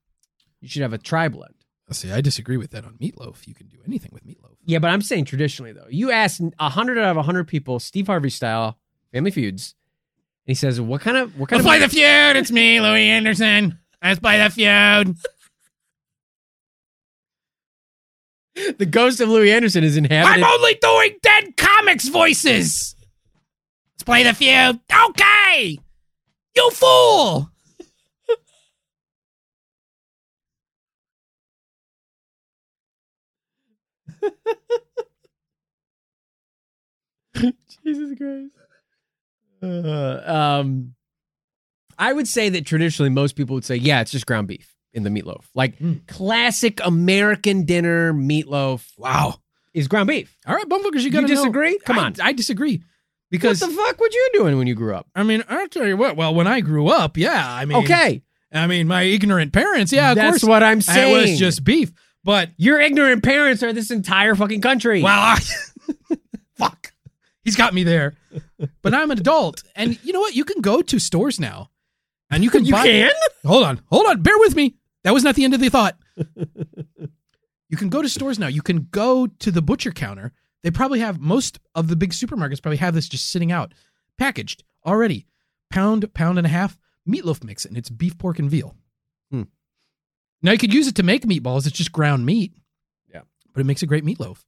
You should have a tri blend.
See, I disagree with that on meatloaf. You can do anything with meatloaf.
Yeah, but I'm saying traditionally though. You ask hundred out of hundred people, Steve Harvey style, Family Feuds, and he says, "What kind of what kind of
feud. It's me, Louis Anderson. Let's play the feud.
the ghost of Louis Anderson is inhabited?"
only doing dead comics voices. Let's play the feud. Okay. You fool.
Jesus Christ. Uh, um, I would say that traditionally most people would say, "Yeah, it's just ground beef in the meatloaf." Like classic American dinner meatloaf
Wow.
is ground beef.
All right, bumfuckers, you
You
got to
disagree? Come
I,
on.
I disagree.
What
Because
the fuck were you doing when you grew up?
I mean, I'll tell you what. Well, when I grew up, yeah, I mean,
okay,
I mean, my ignorant parents, yeah, of
that's
course,
what I'm
it
saying.
was just beef. But
Your ignorant parents are this entire fucking country.
Well, I, fuck, he's got me there. But I'm an adult, and you know what? You can go to stores now, and you can
You
buy.
can?
Hold on, hold on. Bear with me. That was not the end of the thought. you can go to stores now. You can go to the butcher counter. They probably have most of the big supermarkets probably have this just sitting out, packaged already, pound, pound and a half meatloaf mix, and it's beef, pork, and veal.
Hmm.
Now you could use it to make meatballs. It's just ground meat.
Yeah.
but it makes a great meatloaf.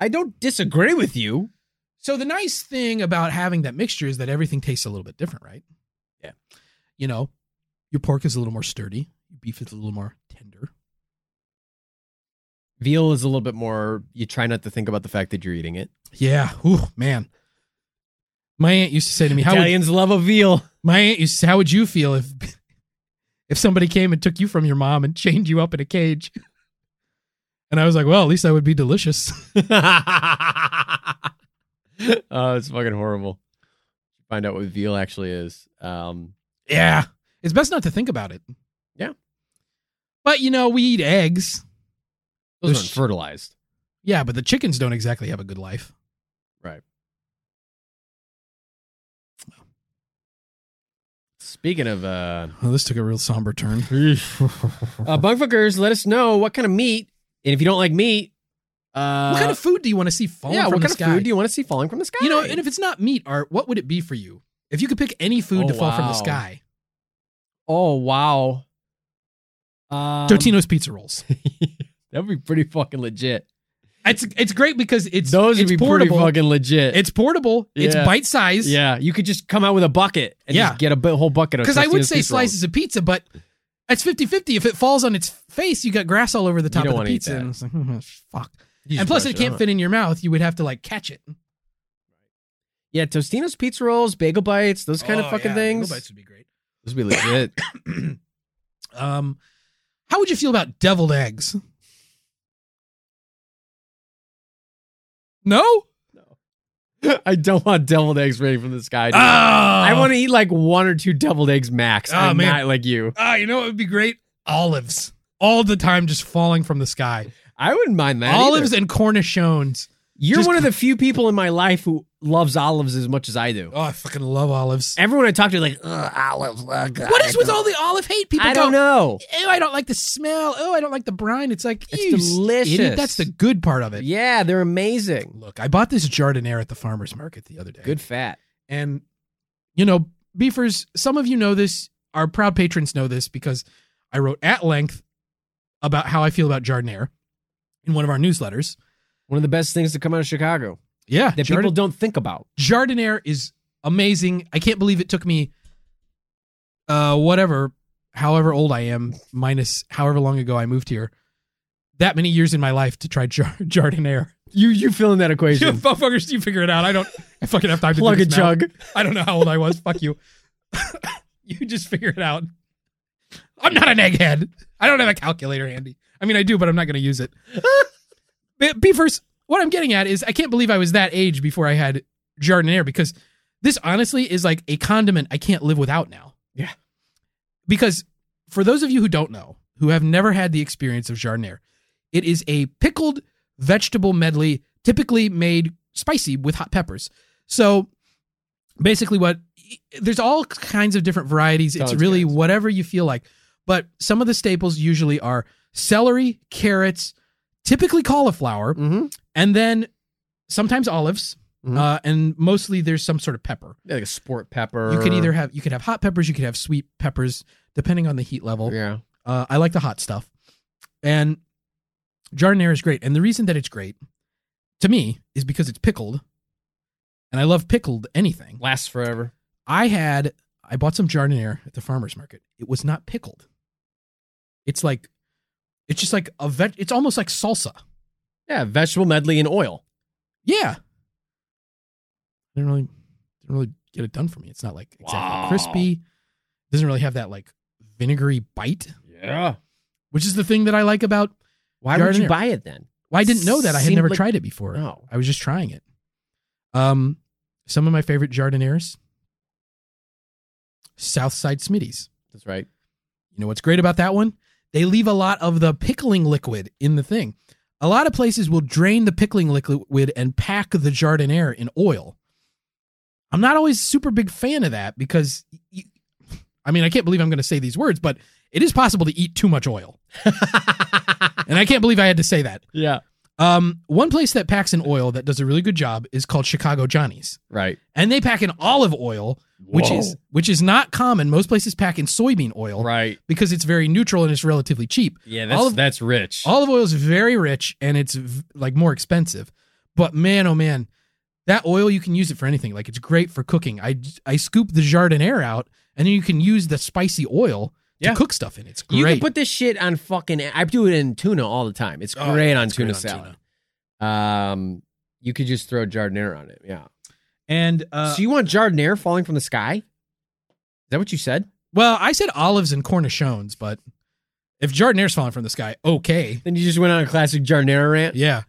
I don't disagree with you.
So the nice thing about having that mixture is that everything tastes a little bit different, right?
Yeah.
You know, your pork is a little more sturdy, your beef is a little more tender.
Veal is a little bit more. You try not to think about the fact that you're eating it.
Yeah. Ooh, man. My aunt used to say to me, "How would,
Italians love a veal.
my aunt used to say, how would you feel if if somebody came and took you from your mom and chained you up in a cage?" And I was like, "Well, at least I would be delicious."
oh, it's fucking horrible. Find out what veal actually is. Um,
yeah. It's best not to think about it.
Yeah.
But you know, we eat eggs.
those
Those
aren't
sh-
fertilized.
Yeah, but the chickens don't exactly have a good life.
Speaking of uh,
Well, this took a real somber turn.
uh bugfuckers, let us know what kind of meat, and if you don't like meat, uh,
what kind of food do you want to see falling
yeah,
from
what
the
kind
sky?
of food do you want to see falling from the sky?
You know, and if it's not meat, Art, what would it be for you? If you could pick any food
Oh,
to fall from the
wow.
sky,
oh wow, um,
Totino's pizza rolls.
that'd be pretty fucking legit.
It's it's great because it's
Those
it's
would be
portable.
pretty fucking legit.
it's portable. It's
Yeah.
bite sized.
yeah, you could just come out with a bucket and
Yeah.
just get a bu- whole bucket of.
Because I would
Tostino's
say
pizza rolls.
slices of pizza, but it's 50-50. If it falls on its face, you got grass all over the
You
top
don't
of the
wanna eat
pizza.
that.
And it's like, hmm, fuck.
You
And
just
plus,
brush
it can't
off.
fit in your mouth. You would have to like catch it.
Yeah, Tostino's pizza rolls, bagel bites, those kind
Oh,
of fucking
yeah,
things.
bagel bites would be great.
Those would be legit.
Um, how would you feel about deviled eggs? No.
I don't want deviled eggs raining from the sky. dude.
I
I want to eat like one or two deviled eggs max.
Oh,
I'm
man.
not like you.
Ah, you know what would be great? Olives, all the time, just falling from the sky.
I wouldn't mind that.
Olives
either.
and cornichons.
You're
just-
one of the few people in my life who loves olives as much as I do.
Oh, I fucking love olives.
Everyone I talk to, like Ugh, olives. ugh, God,
What is
I
with
don't-
all the olive hate? People
I
go,
don't know.
Ew, I don't like the smell. Oh, I don't like the brine. It's like
It's
"You
delicious.
idiot." That's the good part of it.
Yeah, they're amazing.
Look, I bought this jardiniere at the farmer's market the other day.
Good fat.
And, you know, beefers, some of you know this, our proud patrons know this because I wrote at length about how I feel about jardiniere in one of our newsletters.
One of the best things to come out of Chicago
Yeah.
that
jardin-
people don't think about.
Jardiniere is amazing. I can't believe it took me uh whatever, however old I am, minus however long ago I moved here, that many years in my life to try jar- Jardiniere.
You you fill in that
You
equation.
fuckers, you figure it out. I don't. I fucking have time to
Plug
do
a
this now.
chug.
I don't know how old I was. Fuck you. you just figure it out. I'm not an egghead. I don't have a calculator handy. I mean, I do, but I'm not going to use it. But Beavers, what I'm getting at is I can't believe I was that age before I had jardiniere because this honestly is like a condiment I can't live without now.
Yeah.
Because for those of you who don't know, who have never had the experience of jardiniere, it is a pickled vegetable medley typically made spicy with hot peppers. So basically what there's all kinds of different varieties. It's
Sounds
really
good.
whatever you feel like. But some of the staples usually are celery, carrots, typically cauliflower,
Mm-hmm.
and then sometimes olives.
Mhm.
Uh, and mostly there's some sort of pepper.
Like a sport pepper.
You could either have you could have hot peppers, you could have sweet peppers, depending on the heat level.
yeah.
Uh, I like the hot stuff. And jardiniere is great. And the reason that it's great to me is because it's pickled. And I love pickled anything.
Lasts forever.
I had I bought some jardiniere at the farmers market. It was not pickled. It's like it's just like a veg it's almost like salsa.
Yeah, vegetable medley and oil.
Yeah. Didn't really didn't really get it done for me. It's not like exactly crispy. Doesn't really have that like vinegary bite,
Yeah.
which is the thing that I like about
Why would
Jardiniere.
you buy it then?
Well, I didn't know that. I had
Seemed
never
like-
tried it before.
No.
I was just trying it. Um, some of my favorite jardinieres, Southside Smitties.
That's right.
You know what's great about that one? They leave a lot of the pickling liquid in the thing. A lot of places will drain the pickling liquid and pack the jardiniere in oil. I'm not always a super big fan of that because, you, I mean, I can't believe I'm going to say these words, but it is possible to eat too much oil. and I can't believe I had to say that.
Yeah.
Um, one place that packs an oil that does a really good job is called Chicago Johnny's,
Right.
and they pack in olive oil, which
Whoa.
is which is not common. Most places pack in soybean oil
Right.
because it's very neutral and it's relatively cheap.
Yeah,
that's- Olive-
that's rich.
Olive oil is very rich and it's v- like more expensive, but man, oh man, that oil you can use it for anything. Like it's great for cooking. I I scoop the jardiniere out, and then you can use the spicy oil
Yeah.
to cook stuff in. It's great.
you can put this shit on fucking I do it in tuna all the time. It's
Oh,
great
yeah,
on
it's
tuna
great on
salad. Um you could just throw jardiniere on it. Yeah.
and uh,
so you want jardiniere falling from the sky? Is that what you said?
well, I said olives and cornichons, but if jardiniere's falling from the sky, okay.
Then you just went on a classic jardiniere rant.
Yeah.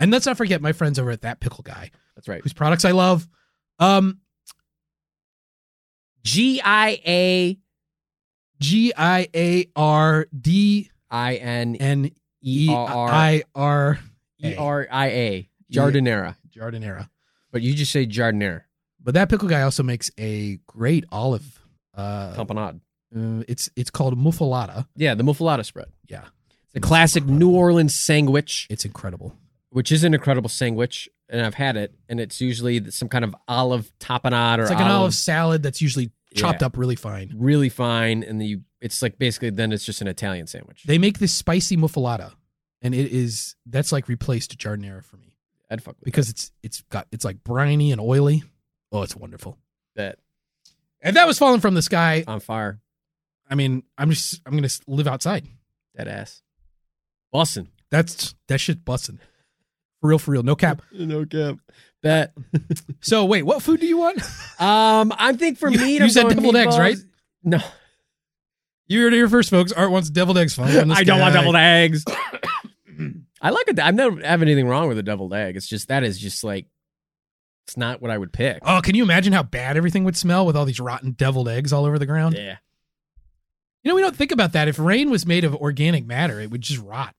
And let's not forget my friends over at That Pickle Guy,
That's right.
whose products I love. Um,
G I A
G I A R D
I N
N E
E R R
I R
E R I A jardinera.
Jardinera.
But you just say jardinere.
But That Pickle Guy also makes a great olive. Uh,
Campanade.
uh, it's it's called muffalata.
Yeah, the muffalata spread.
Yeah.
The classic New Orleans sandwich.
It's incredible.
which is an incredible sandwich, and I've had it, and it's usually some kind of olive tapenade or
It's like an olive salad that's usually chopped
Yeah.
up really fine.
really fine, and then you it's like basically then it's just an Italian sandwich.
They make this spicy muffalata, and it is that's like replaced jardinera for me
I'd fuck with
because it's it's got it's like briny and oily. Oh, it's wonderful.
that
If that was falling from the sky,
on fire,
I mean, I'm just I'm gonna s- live outside.
that ass. Boston,
That's that shit bussin'. For real, for real, no cap.
no cap. That
So wait, what food do you want?
um, I think for
You-
me,
you said deviled eggs, right?
No,
You heard it here first, folks. Art wants deviled eggs. Falling from the
I don't want
sky.
deviled eggs. I like it. I've never have anything wrong with a deviled egg. It's just that is just like it's not what I would pick.
Oh, can you imagine how bad everything would smell with all these rotten deviled eggs all over the ground?
yeah,
You know, we don't think about that. If rain was made of organic matter, it would just rot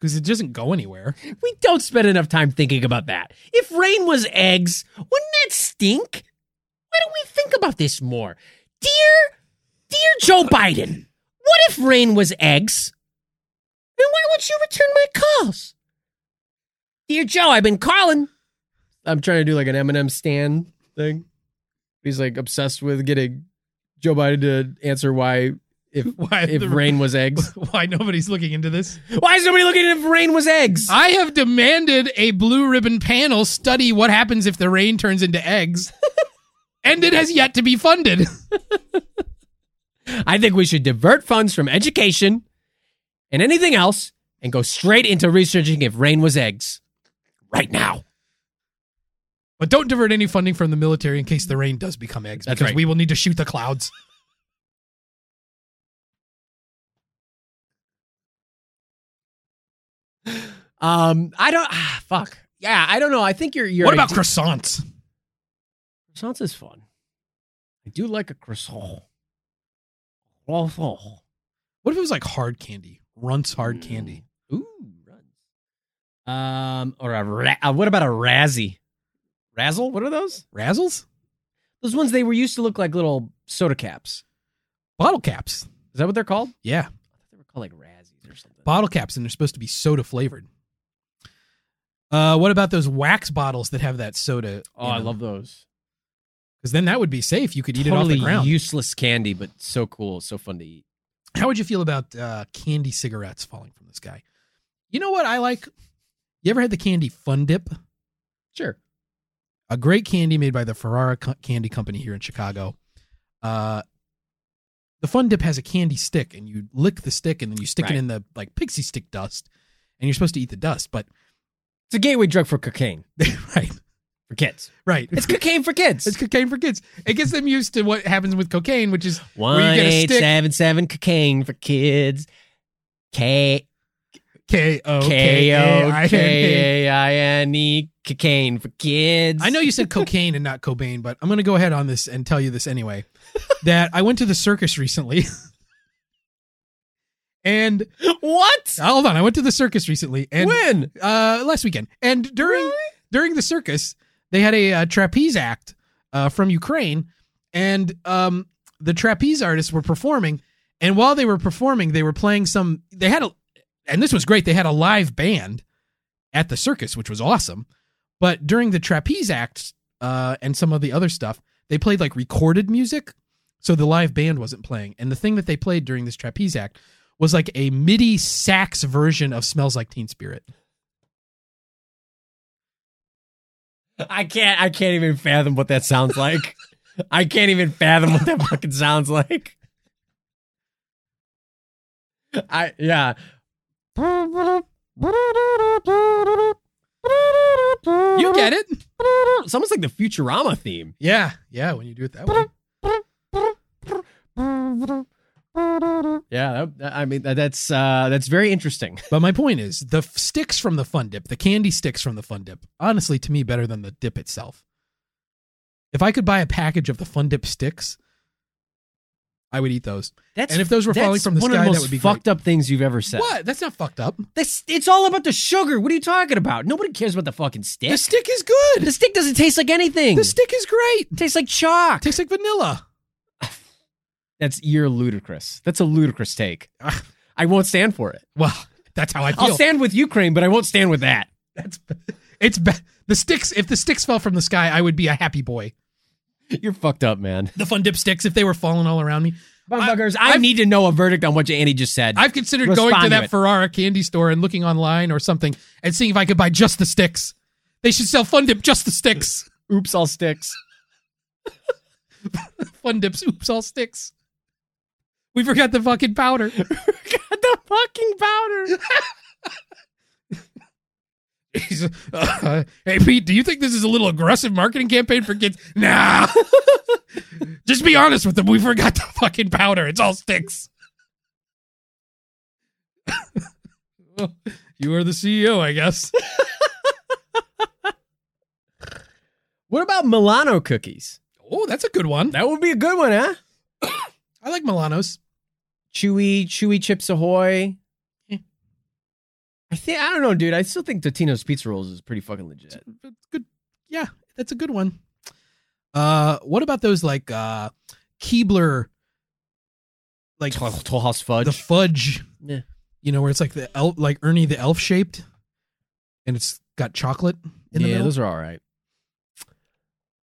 because it doesn't go anywhere.
We don't spend enough time thinking about that. If rain was eggs, wouldn't that stink? Why don't we think about this more? Dear, dear Joe Biden, what if rain was eggs? Then why won't you return my calls? Dear Joe, I've been calling. I'm trying to do like an Eminem stand thing. He's like obsessed with getting Joe Biden to answer why if
Why
if
the-
rain was eggs.
Why nobody's looking into this?
Why is nobody looking at if rain was eggs?
I have demanded a blue ribbon panel study what happens if the rain turns into eggs, and it has yet to be funded.
I think we should divert funds from education and anything else and go straight into researching if rain was eggs right now.
But don't divert any funding from the military in case the rain does become eggs,
That's
because
right.
we will need to shoot the clouds.
Um, I don't. Ah, fuck. Yeah, I don't know. I think you're. you're
what about croissants?
croissants? Is fun. I do like a croissant. Croissant.
What if it was like hard candy? Runts hard candy.
Ooh, runs. Um, or a ra- uh, what about a Razzie? Razzle? What are those?
Mm. Razzles?
Those ones they were used to look like little soda caps.
Bottle caps.
Is that what they're called?
Yeah.
They were called like Razzies or something.
Bottle caps, and they're supposed to be soda flavored. Uh, what about those wax bottles that have that soda?
oh, I love those.
Because then that would be safe. You could eat
totally
it off the ground.
useless candy, but so cool, so fun to eat.
How would you feel about uh, candy cigarettes falling from the sky? You know what I like? You ever had the candy Fun Dip?
Sure.
a great candy made by the Ferrara Co- Candy Company here in Chicago. Uh, the Fun Dip has a candy stick, and you lick the stick, and then you stick
Right.
it in the like pixie stick dust, and you're supposed to eat the dust. But
It's a gateway drug for cocaine
right,
for kids.
right,
It's cocaine for kids.
it's cocaine for kids. It gets them used to what happens with cocaine, which is where
One
you get a
eight
stick.
seven seven cocaine for kids. K
K O
K
K
O
O K.
K A I N E cocaine for kids.
I know you said cocaine and not Cobain, but I'm going to go ahead on this and tell you this anyway. that I went to the circus recently, and
what?
hold on, I went to the circus recently, and
when?
uh, last weekend. And during during the circus, they had a uh, trapeze act uh, from Ukraine, and um, the trapeze artists were performing. And while they were performing, they were playing some. They had a, and this was great. They had a live band at the circus, which was awesome. But during the trapeze act uh, and some of the other stuff, they played like recorded music, so the live band wasn't playing. And the thing that they played during this trapeze act was like a MIDI sax version of "Smells Like Teen Spirit."
I can't. I can't even fathom what that sounds like. I can't even fathom what that fucking sounds like. I yeah.
You get it?
It's almost like the Futurama theme.
Yeah, yeah. When you do it that way,
Yeah, that, that- I mean that, that's uh, that's very interesting.
but my point is the f- sticks from the Fun Dip, the candy sticks from the Fun Dip. Honestly, to me, better than the dip itself. If I could buy a package of the Fun Dip sticks, I would eat those.
That's
And if those were falling
that's
from the
one
sky,
of
that
the most
would be great.
fucked up things you've ever said.
What? That's not fucked up.
This, it's all about the sugar. What are you talking about? Nobody cares about the fucking stick.
The stick is good.
The stick doesn't taste like anything.
The stick is great.
tastes like chalk.
Tastes like vanilla.
That's you're ludicrous. That's a ludicrous take.
Ah.
I won't stand for it.
Well, that's how I
I'll
feel.
stand with Ukraine, but I won't stand with that.
that's it's be- the sticks. If the sticks fell from the sky, I would be a happy boy.
You're fucked up, man.
The Fun Dip sticks, if they were falling all around me,
Bumfuckers, I,
I've-
need to know a verdict on what Andy just said.
I've considered
Respond
going to
to
that
it.
Ferrara candy store and looking online or something and seeing if I could buy just the sticks. They should sell Fun Dip just the sticks.
Oops, all sticks.
Fun Dips, oops, all sticks. We forgot the fucking powder.
Got the fucking powder.
He's, uh, hey Pete, do you think this is a little aggressive marketing campaign for kids? Nah. Just be honest with them. We forgot the fucking powder. It's all sticks. Well, you are the CEO, I guess.
What about Milano cookies?
Oh, that's a good one.
That would be a good one, huh?
I like Milanos.
Chewy, Chewy Chips Ahoy.
Yeah.
I think I don't know, dude. I still think Totino's Pizza Rolls is pretty fucking legit.
That's good. Yeah, that's a good one. Uh, what about those like uh Keebler, like
Toll, Toll House fudge.
the fudge?
Yeah.
You know where it's like the elf, like Ernie the elf shaped, and it's got chocolate in the
yeah,
middle.
those are all right.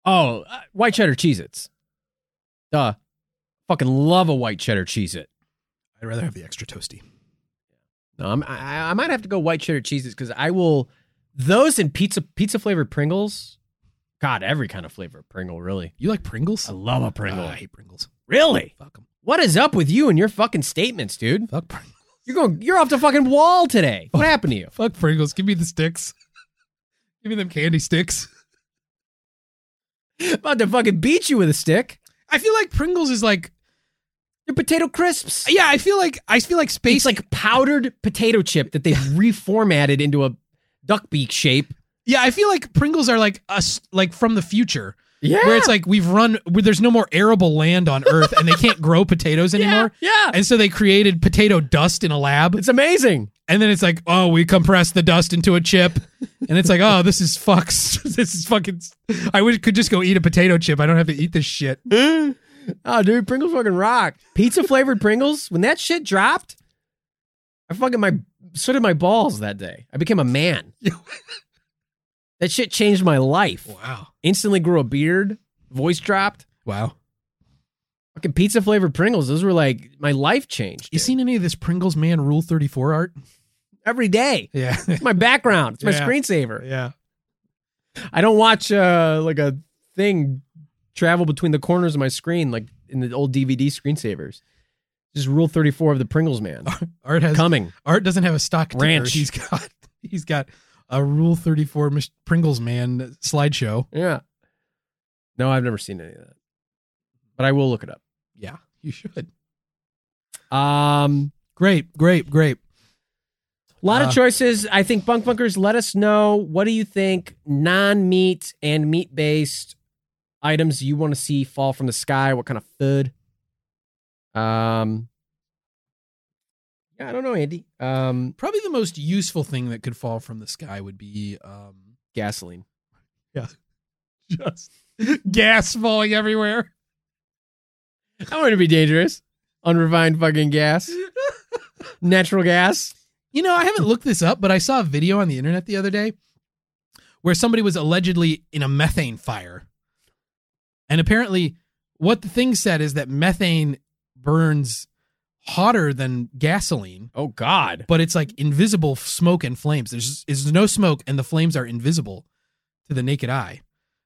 Oh, uh, white cheddar Cheez-Its. Duh. Fucking love a white cheddar Cheez-It.
I'd rather have the extra toasty.
No, I'm, I, I might have to go white cheddar Cheez-Its because I will. Those and pizza pizza flavored Pringles. God, every kind of flavor of Pringle, really.
You like Pringles?
I love a Pringle.
Ah, I hate Pringles.
Really?
Fuck them.
What is up with you and your fucking statements, dude?
Fuck Pringles.
You're going. You're off the fucking wall today. What happened to you?
Fuck Pringles. Give me the sticks. Give me them candy sticks.
About to fucking beat you with a stick.
I feel like Pringles is like
They're potato crisps.
yeah. I feel like I feel like space.
It's like powdered potato chip that they've reformatted into a duck beak shape.
yeah, I feel like Pringles are like us, like from the future.
Yeah.
Where it's like we've run where there's no more arable land on Earth and they can't grow potatoes anymore.
yeah.
And so they created potato dust in a lab.
It's amazing.
And then it's like, oh, we compress the dust into a chip. And it's like, oh, this is fucks. this is fucking. I wish could just go eat a potato chip. I don't have to eat this shit.
Oh, dude, Pringles fucking rock. Pizza flavored Pringles. When that shit dropped, I fucking my so did my balls that day. I became a man. that shit changed my life.
Wow.
Instantly grew a beard. Voice dropped.
Wow.
Fucking pizza flavored Pringles. Those were like my life changed.
You
dude.
seen any of this Pringles Man Rule 34 art?
every day.
Yeah.
It's my background. It's my
Yeah.
screensaver.
yeah.
I don't watch uh like a thing travel between the corners of my screen like in the old DVD screensavers. Just rule 34 of the Pringles man.
Art has
Coming.
Art doesn't have a stock ticker.
Ranch.
He's got he's got a Rule 34 Mis- Pringles Man slideshow.
Yeah. No, I've never seen any of that. But I will look it up.
Yeah, you should.
Um
Great, great, great.
a lot
Uh,
of choices. I think bunk bunkers let us know what do you think non-meat and meat-based items you want to see fall from the sky, what kind of food? Um Yeah, I don't know, Andy. Um
Probably the most useful thing that could fall from the sky would be um
gasoline.
just gas falling everywhere.
I want to be dangerous. Unrefined fucking gas. Natural gas.
You know, I haven't looked this up, but I saw a video on the internet the other day where somebody was allegedly in a methane fire. And apparently, what the thing said is that methane burns hotter than gasoline,
Oh God.
but it's like invisible smoke and flames. There's, there's no smoke, and the flames are invisible to the naked eye.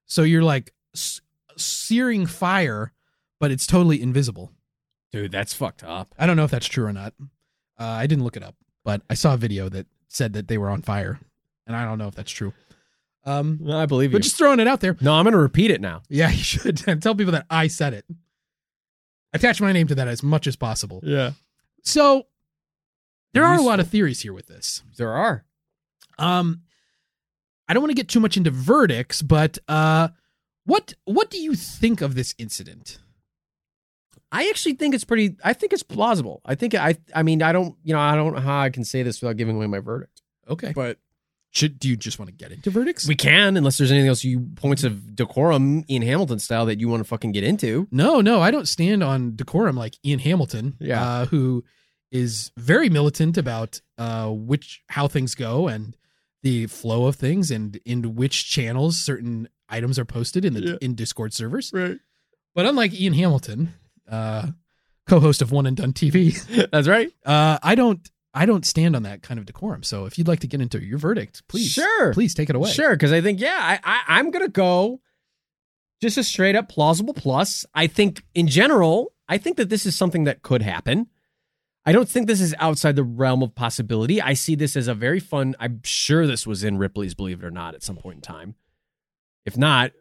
So you're like s- searing fire, but it's totally invisible.
Dude, that's fucked up.
I don't know if that's true or not. Uh, I didn't look it up, but I saw a video that said that they were on fire, and I don't know if that's true. Um,
No, I believe you.
but just throwing it out there.
no, I'm gonna repeat it now.
Yeah, you should and tell people that I said it. Attach my name to that as much as possible.
Yeah.
So there are a lot
Useful.
of theories here with this.
There are.
Um, I don't want to get too much into verdicts, but uh, what what do you think of this incident?
I actually think it's pretty I think it's plausible. I think I I mean I don't you know, I don't know how I can say this without giving away my verdict.
Okay,
But
should do you just want to get into verdicts?
we can, unless there's anything else you points of decorum Ian Hamilton style that you want to fucking get into.
No, no, I don't stand on decorum like Ian Hamilton,
Yeah.
uh, who is very militant about uh, which how things go and the flow of things and in which channels certain items are posted in the
Yeah.
in Discord servers.
Right.
But unlike Ian Hamilton, uh, co-host of One and Done TV,
That's right.
uh, I don't I don't stand on that kind of decorum. So if you'd like to get into your verdict, please,
Sure.
please take it away.
Sure, because I think yeah, I, I I'm gonna go just a straight up plausible plus. I think in general, I think that this is something that could happen. I don't think this is outside the realm of possibility. I see this as a very fun. I'm sure this was in Ripley's Believe It or Not at some point in time. If not,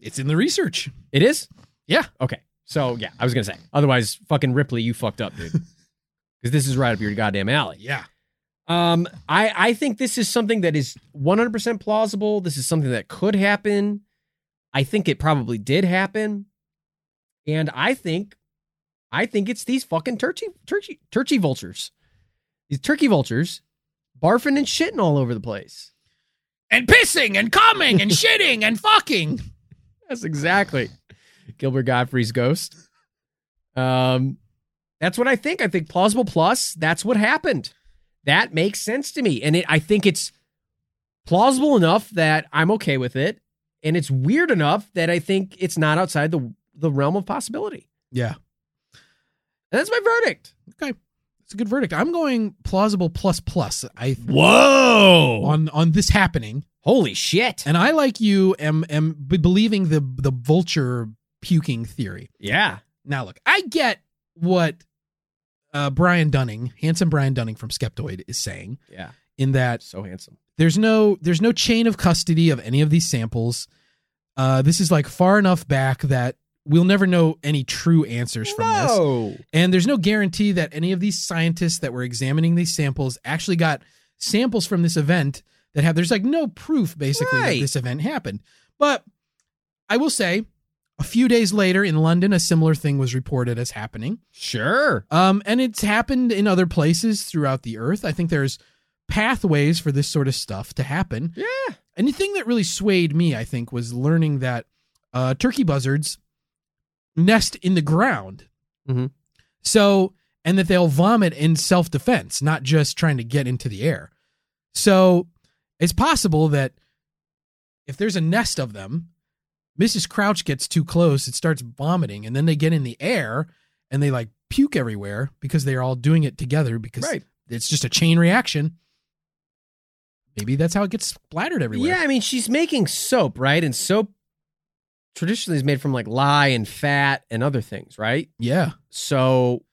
it's in the research.
it is.
Yeah.
Okay. So yeah, I was gonna say. Otherwise, fucking Ripley, you fucked up, dude. Because this is right up your goddamn alley.
Yeah,
Um, I I think this is something that is 100% plausible. This is something that could happen. I think it probably did happen, and I think, I think it's these fucking turkey turkey turkey vultures, these turkey vultures, barfing and shitting all over the place.
and pissing and coming and shitting and fucking.
That's exactly Gilbert Godfrey's ghost. Um, that's what I think. I think plausible plus. That's what happened. That makes sense to me, and it, I think it's plausible enough that I'm okay with it, and it's weird enough that I think it's not outside the the realm of possibility.
Yeah.
And that's my verdict.
Okay. It's a good verdict. I'm going plausible plus plus. I
Whoa!
on on this happening.
Holy shit!
And I like you am am be- believing the the vulture puking theory.
Yeah.
Now look, I get what uh, Brian Dunning, handsome Brian Dunning from Skeptoid, is saying
Yeah.
in that
So handsome.
there's no there's no chain of custody of any of these samples. Uh, this is like far enough back that we'll never know any true answers from this.
no.
And there's no guarantee that any of these scientists that were examining these samples actually got samples from this event that have, there's like no proof basically that
Right.
this event happened. But I will say, a few days later in London, a similar thing was reported as happening.
Sure.
Um, and it's happened in other places throughout the earth. I think there's pathways for this sort of stuff to happen.
Yeah.
And the thing that really swayed me, I think, was learning that uh, turkey buzzards nest in the ground.
Mhm.
So, and that they'll vomit in self defense, not just trying to get into the air. So, it's possible that if there's a nest of them, Mrs. Crouch gets too close, it starts vomiting, and then they get in the air and they like puke everywhere because they're all doing it together because
Right.
it's just a chain reaction. Maybe that's how it gets splattered everywhere.
Yeah, I mean, she's making soap, right? And soap traditionally is made from like lye and fat and other things, right?
Yeah.
So,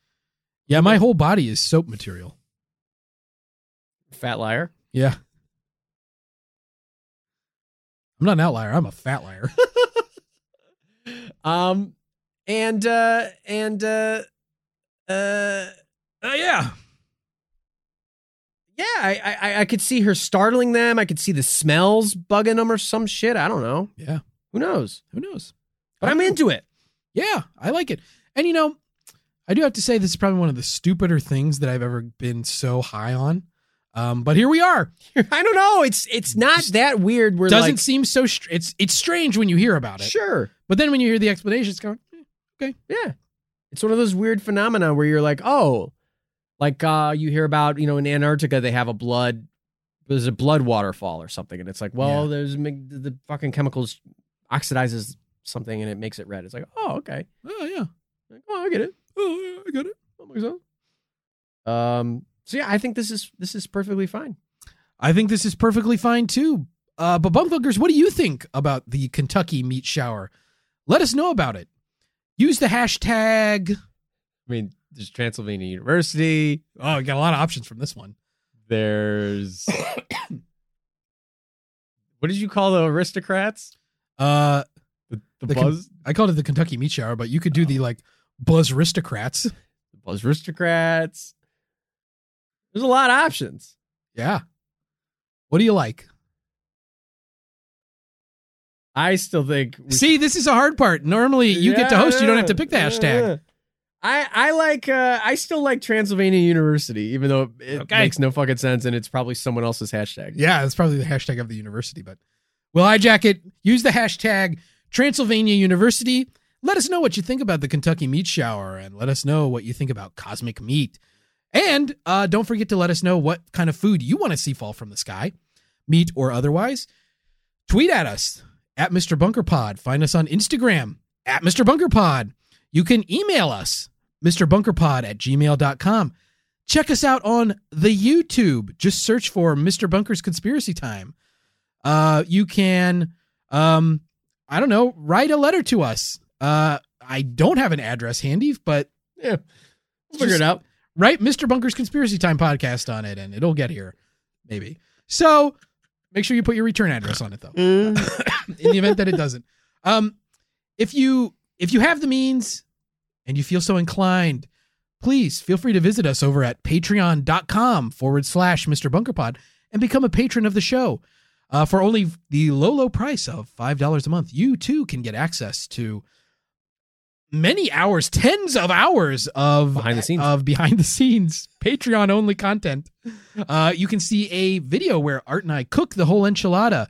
Yeah, my whole body is soap material.
fat liar.
Yeah. I'm not an outlier. I'm a fat liar.
Um, and uh, and uh, uh,
Oh yeah.
yeah, I, I I could see her startling them. I could see the smells bugging them or some shit. I don't know.
Yeah.
Who knows?
Who knows?
But I'm into it.
Yeah, I like it. And you know, I do have to say this is probably one of the stupider things that I've ever been so high on. Um, but here we are.
I don't know. It's it's not that weird. We're
Doesn't
like,
seem so. Str- it's it's strange when you hear about it.
sure.
But then when you hear the explanation, it's going. eh,
Yeah. It's one of those weird phenomena where you're like, oh, like uh, you hear about, you know, in Antarctica, they have a blood, there's a blood waterfall or something. And it's like, well, there's mi- the fucking chemicals oxidizes something and it makes it red. It's like, oh, okay.
Oh yeah.
Like, oh, I get it.
Oh, yeah, I got it.
I think so. Um, so yeah, I think this is this is perfectly fine.
I think this is perfectly fine too. Uh, but bunkfunkers, what do you think about the Kentucky meat shower? Let us know about it. Use the hashtag.
I mean, there's Transylvania University.
Oh, we got a lot of options from this one.
There's what did you call the aristocrats?
Uh,
The,
The con- buzz- I called it the Kentucky meat shower, but you could do
Oh.
the like buzz aristocrats.
Buzz aristocrats. There's a lot of options.
Yeah. What do you like?
I still think. we-
See, this is a hard part. Normally, you get to
Yeah,
host. You don't have to
yeah,
pick the hashtag.
yeah. I I like. Uh, I still like Transylvania University, even though it
Okay.
makes no fucking sense, and it's probably someone else's hashtag.
Yeah, it's probably the hashtag of the university, but we'll hijack it. Use the hashtag Transylvania University. Let us know what you think about the Kentucky meat shower and let us know what you think about cosmic meat. And uh, don't forget to let us know what kind of food you want to see fall from the sky, meat or otherwise. Tweet at us at Mr. Bunker Pod. Find us on Instagram at Mr. Bunker Pod. You can email us, MrBunkerPod at gmail.com. Check us out on the YouTube. Just search for Mr. Bunker's Conspiracy Time. Uh, you can, um, I don't know, write a letter to us. Uh, I don't have an address handy, but
Yeah. We'll figure it out.
write Mr. Bunker's Conspiracy Time podcast on it and it'll get here, maybe. So make sure you put your return address on it, though in the event that it doesn't. Um, if you if you have the means and you feel so inclined, please feel free to visit us over at patreon.com forward slash Mr. Bunkerpod and become a patron of the show. Uh, for only the low, low price of $5 a month, you too can get access to many hours, tens of hours of
Behind the scenes.
of behind the scenes Patreon only content. Uh, you can see a video where Art and I cook the whole enchilada.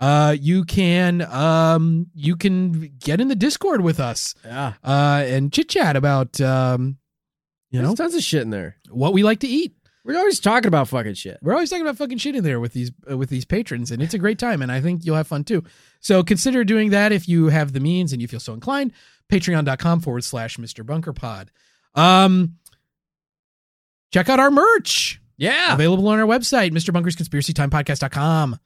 Uh, you can um, you can get in the Discord with us
Yeah.
uh, and chit chat about um, you
There's
know
tons of shit in there.
what we like to eat.
We're always talking about fucking shit.
We're always talking about fucking shit in there with these uh, with these patrons, and it's a great time, and I think you'll have fun too. So consider doing that if you have the means and you feel so inclined. Patreon.com forward slash Mr. Bunker Pod. Um, check out our merch.
Yeah.
Available on our website, Mr. Bunker's Conspiracy Time Podcast.com.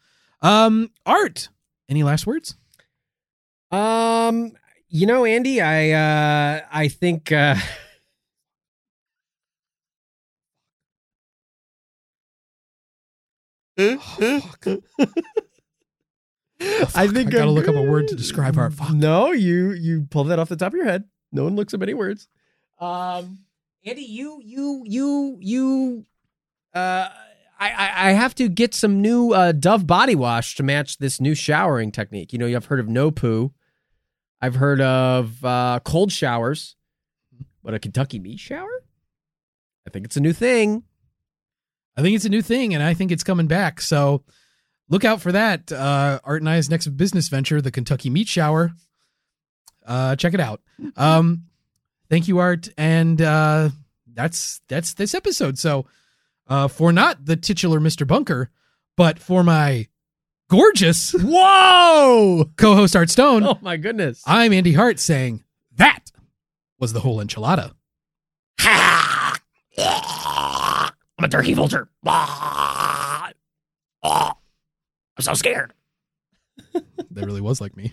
Um, Art, any last words?
Um, you know, Andy, I uh I think uh I think
I gotta look up a word to describe art. Fuck.
No, you you pull that off the top of your head. No one looks up any words. Um, Andy, you you you you. Uh, I I, I have to get some new uh, Dove body wash to match this new showering technique. You know, you've heard of no poo. I've heard of uh, cold showers, but a Kentucky meat shower. I think it's a new thing.
I think it's a new thing, and I think it's coming back. So look out for that. Uh, Art and I's next business venture, the Kentucky Meat Shower. Uh, check it out. Um, thank you, Art, and uh, that's that's this episode. So uh, for not the titular Mister Bunker, but for my gorgeous
Whoa!
co-host Art Stone,
Oh my goodness!
I'm Andy Hart saying that was the whole enchilada.
I'm a turkey vulture. I'm so scared.
That really was like me.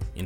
in